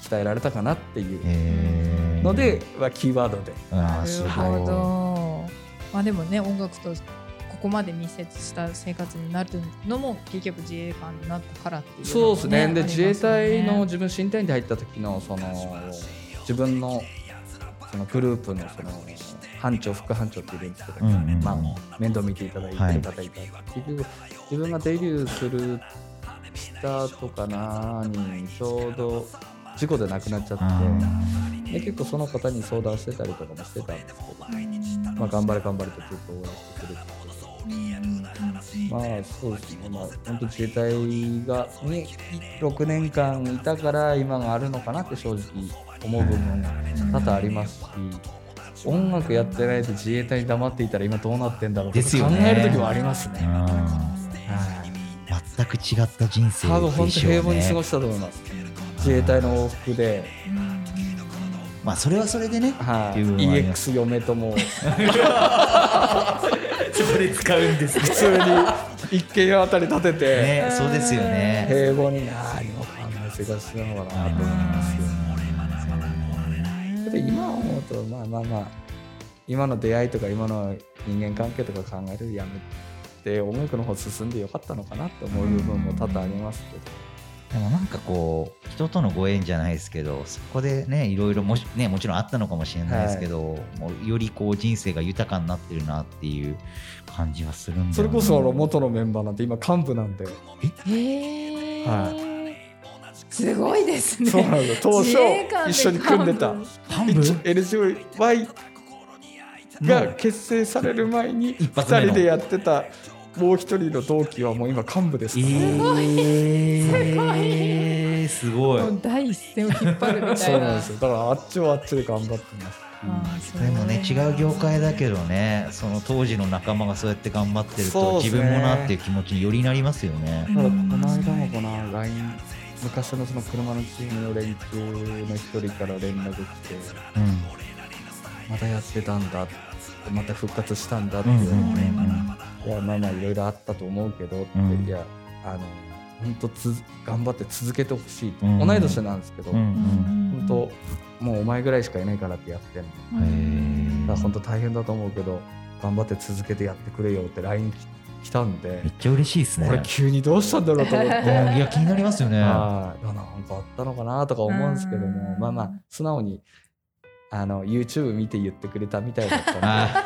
鍛えられたかなっていうえーので、はキーワードであなーすごるいほど。まあでもね音楽とここまで密接した生活になるのも結局自衛官になったからっていうのそうもね、ですね。でありますよ自ね衛隊の自分新隊員で入った時のその自分のそのグループのその班長副班長っていうんですけど、うんうんうんまあ面倒見ていただいていはいただいた、結局自分がデビューするしたとかなにちょうど事故で亡くなっちゃっあて、で結構その方に相談してたりとかもしてたんですけど、まあ頑張れ頑張れとずっと応援してくれてて。まあそうですね、まあ、本当自衛隊がに6年間いたから今があるのかなって正直思う部分が多々ありますし音楽やってないで自衛隊に黙っていたら今どうなってんだろうってですよ考ねえる時はありますね。ーはい全く違った人生多分本で当しょうね平凡に過ごしたと思います。自衛隊の往復で、まあそれはそれ [LAUGHS] でねはい、っていうのはあります EX 嫁ともそれ使うんです普通に一軒家あたり建てて、 [LAUGHS] ねそうですよね平凡に何も考え生活してたのかなと思いますよね。けど今思うとまあまあまあ今の出会いとか今の人間関係とか考えるのやめて音楽の方進んでよかったのかなって思う部分も多々ありますけどでもなんかこう人とのご縁じゃないですけどそこでねいろいろもし、ね、もちろんあったのかもしれないですけど、もうよりこう人生が豊かになってるなっていう感じはするんだよなそれこそあの元のメンバーなんて今幹部なんでへえ、はすごいですね。そうなんですよ当初 [LAUGHS] 自衛官で一緒に組んでた幹 LGY が結成される前に一2発目の人でやってたもう一人の同期はもう今幹部ですえからー、すごいもう第一線を引っ張るみたいな。そうなんですよだからあっちはあっちで頑張ってますあーそれもね違う業界だけどねその当時の仲間がそうやって頑張ってると、そうです自ね分もなっていう気持ちによりなりますよねただこの間もこの LINE 昔のその車のチームの連中の一人から連絡来てうんまたやってたんだまた復活したんだってうん言うわんれて、うんうんいやまあまあいろいろあったと思うけどって、うんいやあの本当つ頑張って続けてほしいと、うん同い年なんですけど、うん本当もうお前ぐらいしかいないからってやってんのうんへだからー本当大変だと思うけど頑張って続けてやってくれよって LINE 来たんでめっちゃ嬉しいですね俺急にどうしたんだろうと思っ [LAUGHS] てうん。いや気になりますよねはい、なんかあったのかなとか思うんですけども、うんまあまあ素直にあの YouTube 見て言ってくれたみたいだったん [LAUGHS] であ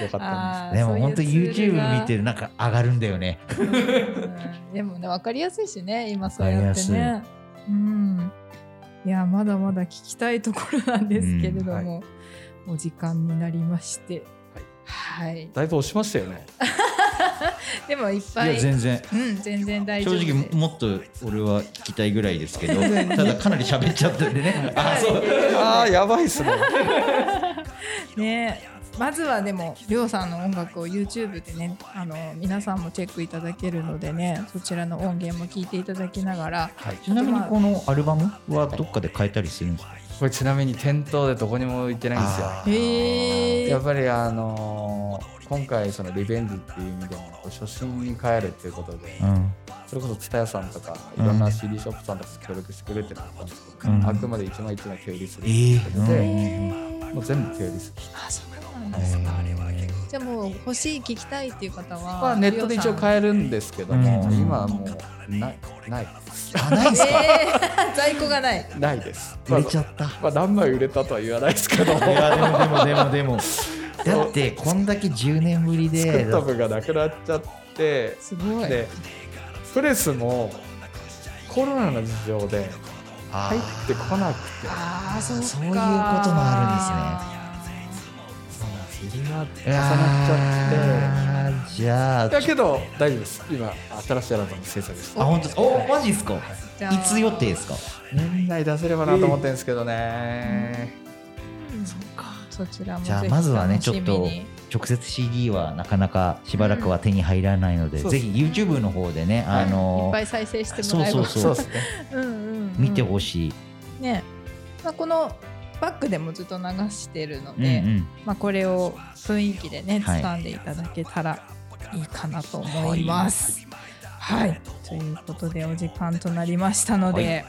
ーよかったんあーでも本当そういうツールが YouTube 見てるなんか上がるんだよね。うんでもね分かりやすいしね今そうやってわね。うん、いやまだまだ聞きたいところなんですけれども、うんお時間になりまして。はい、ですだいぶ押しましたよねでもいっいぱいや全然うん、全然大丈正夫です直もっと俺は聞きたいぐらいですけどただかなり喋っちゃったんでね。あそうああやばいっすねねまずはでもりょうさんの音楽を YouTube でねあの皆さんもチェックいただけるのでねそちらの音源も聞いていただきながらちなみにこのアルバムはどっかで変えたりするんですかこれちなみに店頭でどこにも置いてないんですよへえやっぱりあのー今回そのリベンジっていう意味でも初心に帰るっていうことで、うんそれこそ蔦屋さんとかいろんな CD ショップさんとか協力してくれてるんですけど、うんあくまで一枚一枚手売りするってええいうことで、もう全部手売りするあそうなんですじゃあもう欲しい聞きたいっていう方は、まあ、ネットで一応え買えるんですけども、うん今はもうないないです。あないん [LAUGHS] すかえー在庫がないないです。売れちゃった。いまあ、まあ何枚売れたとは言わないですけど、やでもでもでもでもだってこんだけ10年ぶり作でった分がなくなっちゃって、すごいでプレスもコロナの事情であ入ってこなくて、ああそうそういうこともあるんですね霧が重なっちゃあーじゃあってだけど大丈夫です今新しいアルバム制作ですあ本当ですおマジですかいじゃあつ予定ですか年内出せればなと思ってるんですけどね、そちらもじゃあぜひまずはね楽しみにちょっと直接 CD はなかなかしばらくは手に入らないので、うんぜひ YouTube の方でね、あいっのぱい再生してもそうらえばそうそうですねうんうんうん見てほしい、ねまあ、このバックでもずっと流してるのうんで、うんまあ、これを雰囲気でねはい掴んでいただけたらいいかなと思います。はい、ということでお時間となりましたので、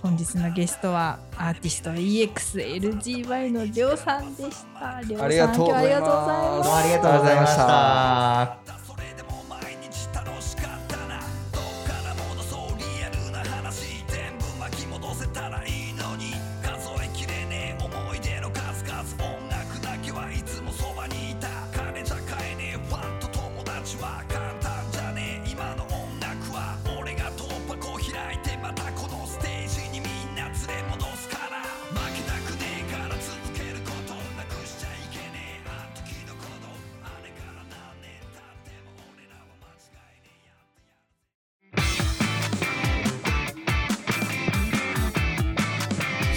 本日のゲストはアーティスト EXLGY のりょうさんでした。りょうさんありがとうございます今日はありがとうございますどうもありがとうございましたそれでも毎日楽しかったなどっから戻そうリアルな話全部巻き戻せたらいいのに数えきれねえ思い出の数々音楽だけはいつもそばにいた金じゃ買えねえファンと友達は簡単じゃねえ今の音楽は俺が突破口開いてまたこのステージにみんな連れ戻すから負けたくねえから続けることなくしちゃいけねえあの時のことあれから何年経っても俺らは間違いねえやってやる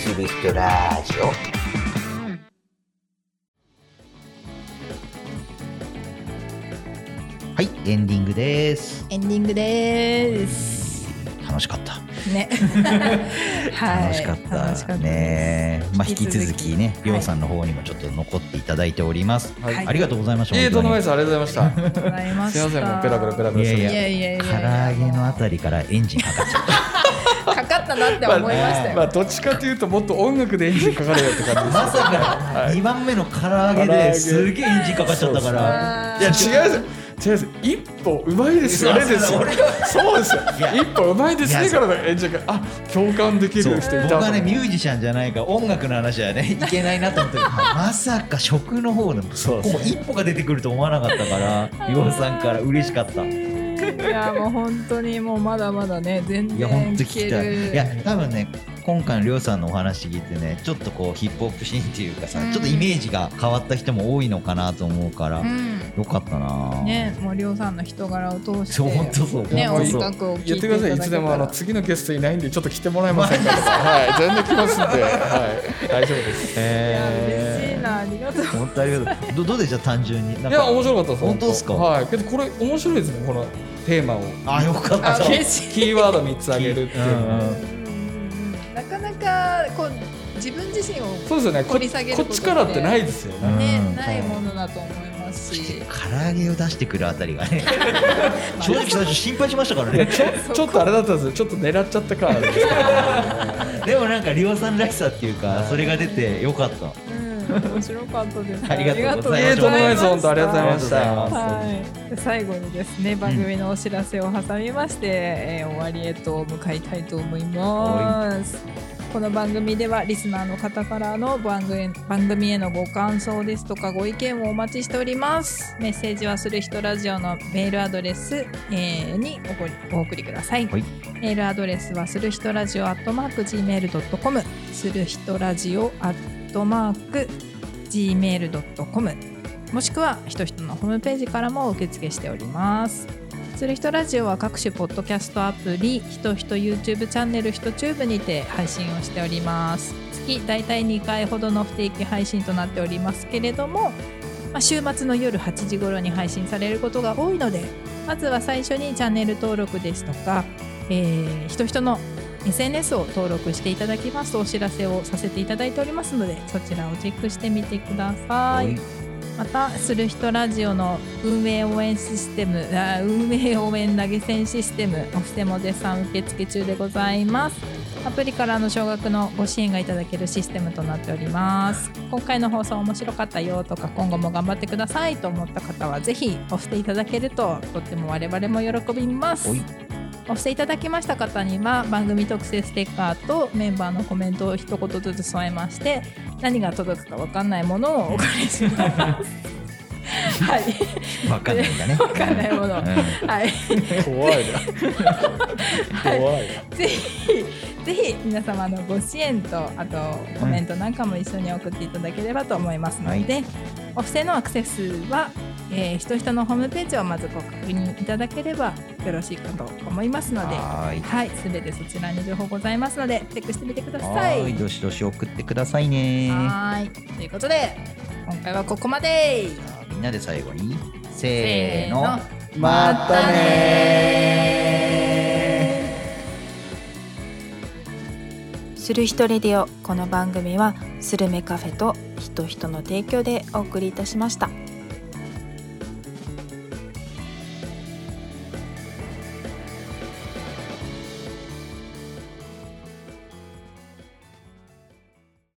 キリストラジオはいエンディングですエンディングです。楽しかったね、はい [LAUGHS] 楽しかった,、楽しかったですねまあ引引きき続続ききねはいりょうさんの方にもちょっと残っていただいております、はいはいありがとうございましたええとんでもな本いですありがとうございましございまたすしいたませんもうペラペラペラペラいすやるいやいやいやい唐や揚げのあたりからエンジンかかっちゃったかかったなって思いましたよ。まあどっちかというともっと音楽でエンジンかかるよって感じですけどはい2番目の唐揚げ唐揚でげすげえエンジンかかっちゃったからあいやー違うです違うです一歩うまいですよねですよそうですよ一歩うまいですねからの演者があ共感できそうる人い僕たはねミュージシャンじゃないから音楽の話はねいけないなと思ってまさか食の方でもそうここ一歩が出てくると思わなかったから岩尾さんから嬉しかったいいやもう本当にもうまだまだね全然や本当聞聞きけたるいいや多分ね今回のりょうさんのお話聞いてねちょっとこうヒップホップシーンっていうかさ、うんちょっとイメージが変わった人も多いのかなと思うから、うよかったな、んねもうりょうさんの人柄を通してそう本当そうね本音当そう楽を聞いて言ってくださいいつでもあの次のゲストいないんでちょっと来てもらえませんかとか [LAUGHS] はい全然来ますんではい大丈夫でいや嬉しすいえなありがとうー、本当ありがとうどどうでした単純になんいや面か白かったです本当ですかはいけどこれ面白いですねこのテーマをあよかったあキ嬉そしいキーワード3つあげるっていうのうはんなかなかこう自分自身をそうですよねこ掘り下げるこことっちからってないですよねね、うんないものだと思いますし唐揚げを出してくるあたりが [LAUGHS] ね正直最初心配しましたからねちょちょっとあれだったんですよちょっと狙っちゃったからですけどでもなんかりょうさんらしさっていうかそれが出てよかったうん面白かったですありがとうございまええすとんでもないです本当ありがとうございまありがとうございしたますはい、最後にですね番組のお知らせを挟みまして、えー終わりへと向かいたいと思います。この番組ではリスナーの方からの番組番組へのご感想ですとかご意見をお待ちしております。メッセージはする人ラジオのメールアドレス、えーにおごりお送りください。はいメールアドレスはする人ラジオアットマーク gmail.com する人ラジオアットマーク gmail.com もしくはひとひとのホームページからも受付しております。つるひとラジオは各種ポッドキャストアプリひとひと YouTube チャンネルひとチューブにて配信をしております月だいたい2回ほどの不定期配信となっておりますけれども、まあ、週末の夜8時頃に配信されることが多いのでまずは最初にチャンネル登録ですとか、えー、ひとひとの SNS を登録していただきますとお知らせをさせていただいておりますのでそちらをチェックしてみてください。またする人ラジオの運営応援システム [LAUGHS] あ運営応援投げ銭システムお布施も絶賛受付中でございますアプリからの少額のご支援がいただけるシステムとなっております今回の放送面白かったよとか今後も頑張ってくださいと思った方はぜひお布施いただけるととっても我々も喜びますおいお布施いただきました方には番組特製ステッカーとメンバーのコメントを一言ずつ添えまして何が届くか分かんないものをお借りします。はい、わかんないんだね [LAUGHS] わかんないも [LAUGHS] のうんはい、怖い [LAUGHS] な怖いぜひ、ぜひ皆様のご支援と、あとコメントなんかも一緒に送っていただければと思いますので。お布施のアクセスは、えー、ひとひとのホームページをまずご確認いただければよろしいかと思いますのではーいはい、すべてそちらに情報ございますので、チェックしてみてくだはさい。ーいどしどし送ってくださいねはーいということで、今回はここまで。じゃあみんなで最後にせーのせーのまたねーする人レディオこの番組はスルメカフェと人人の提供でお送りいたしました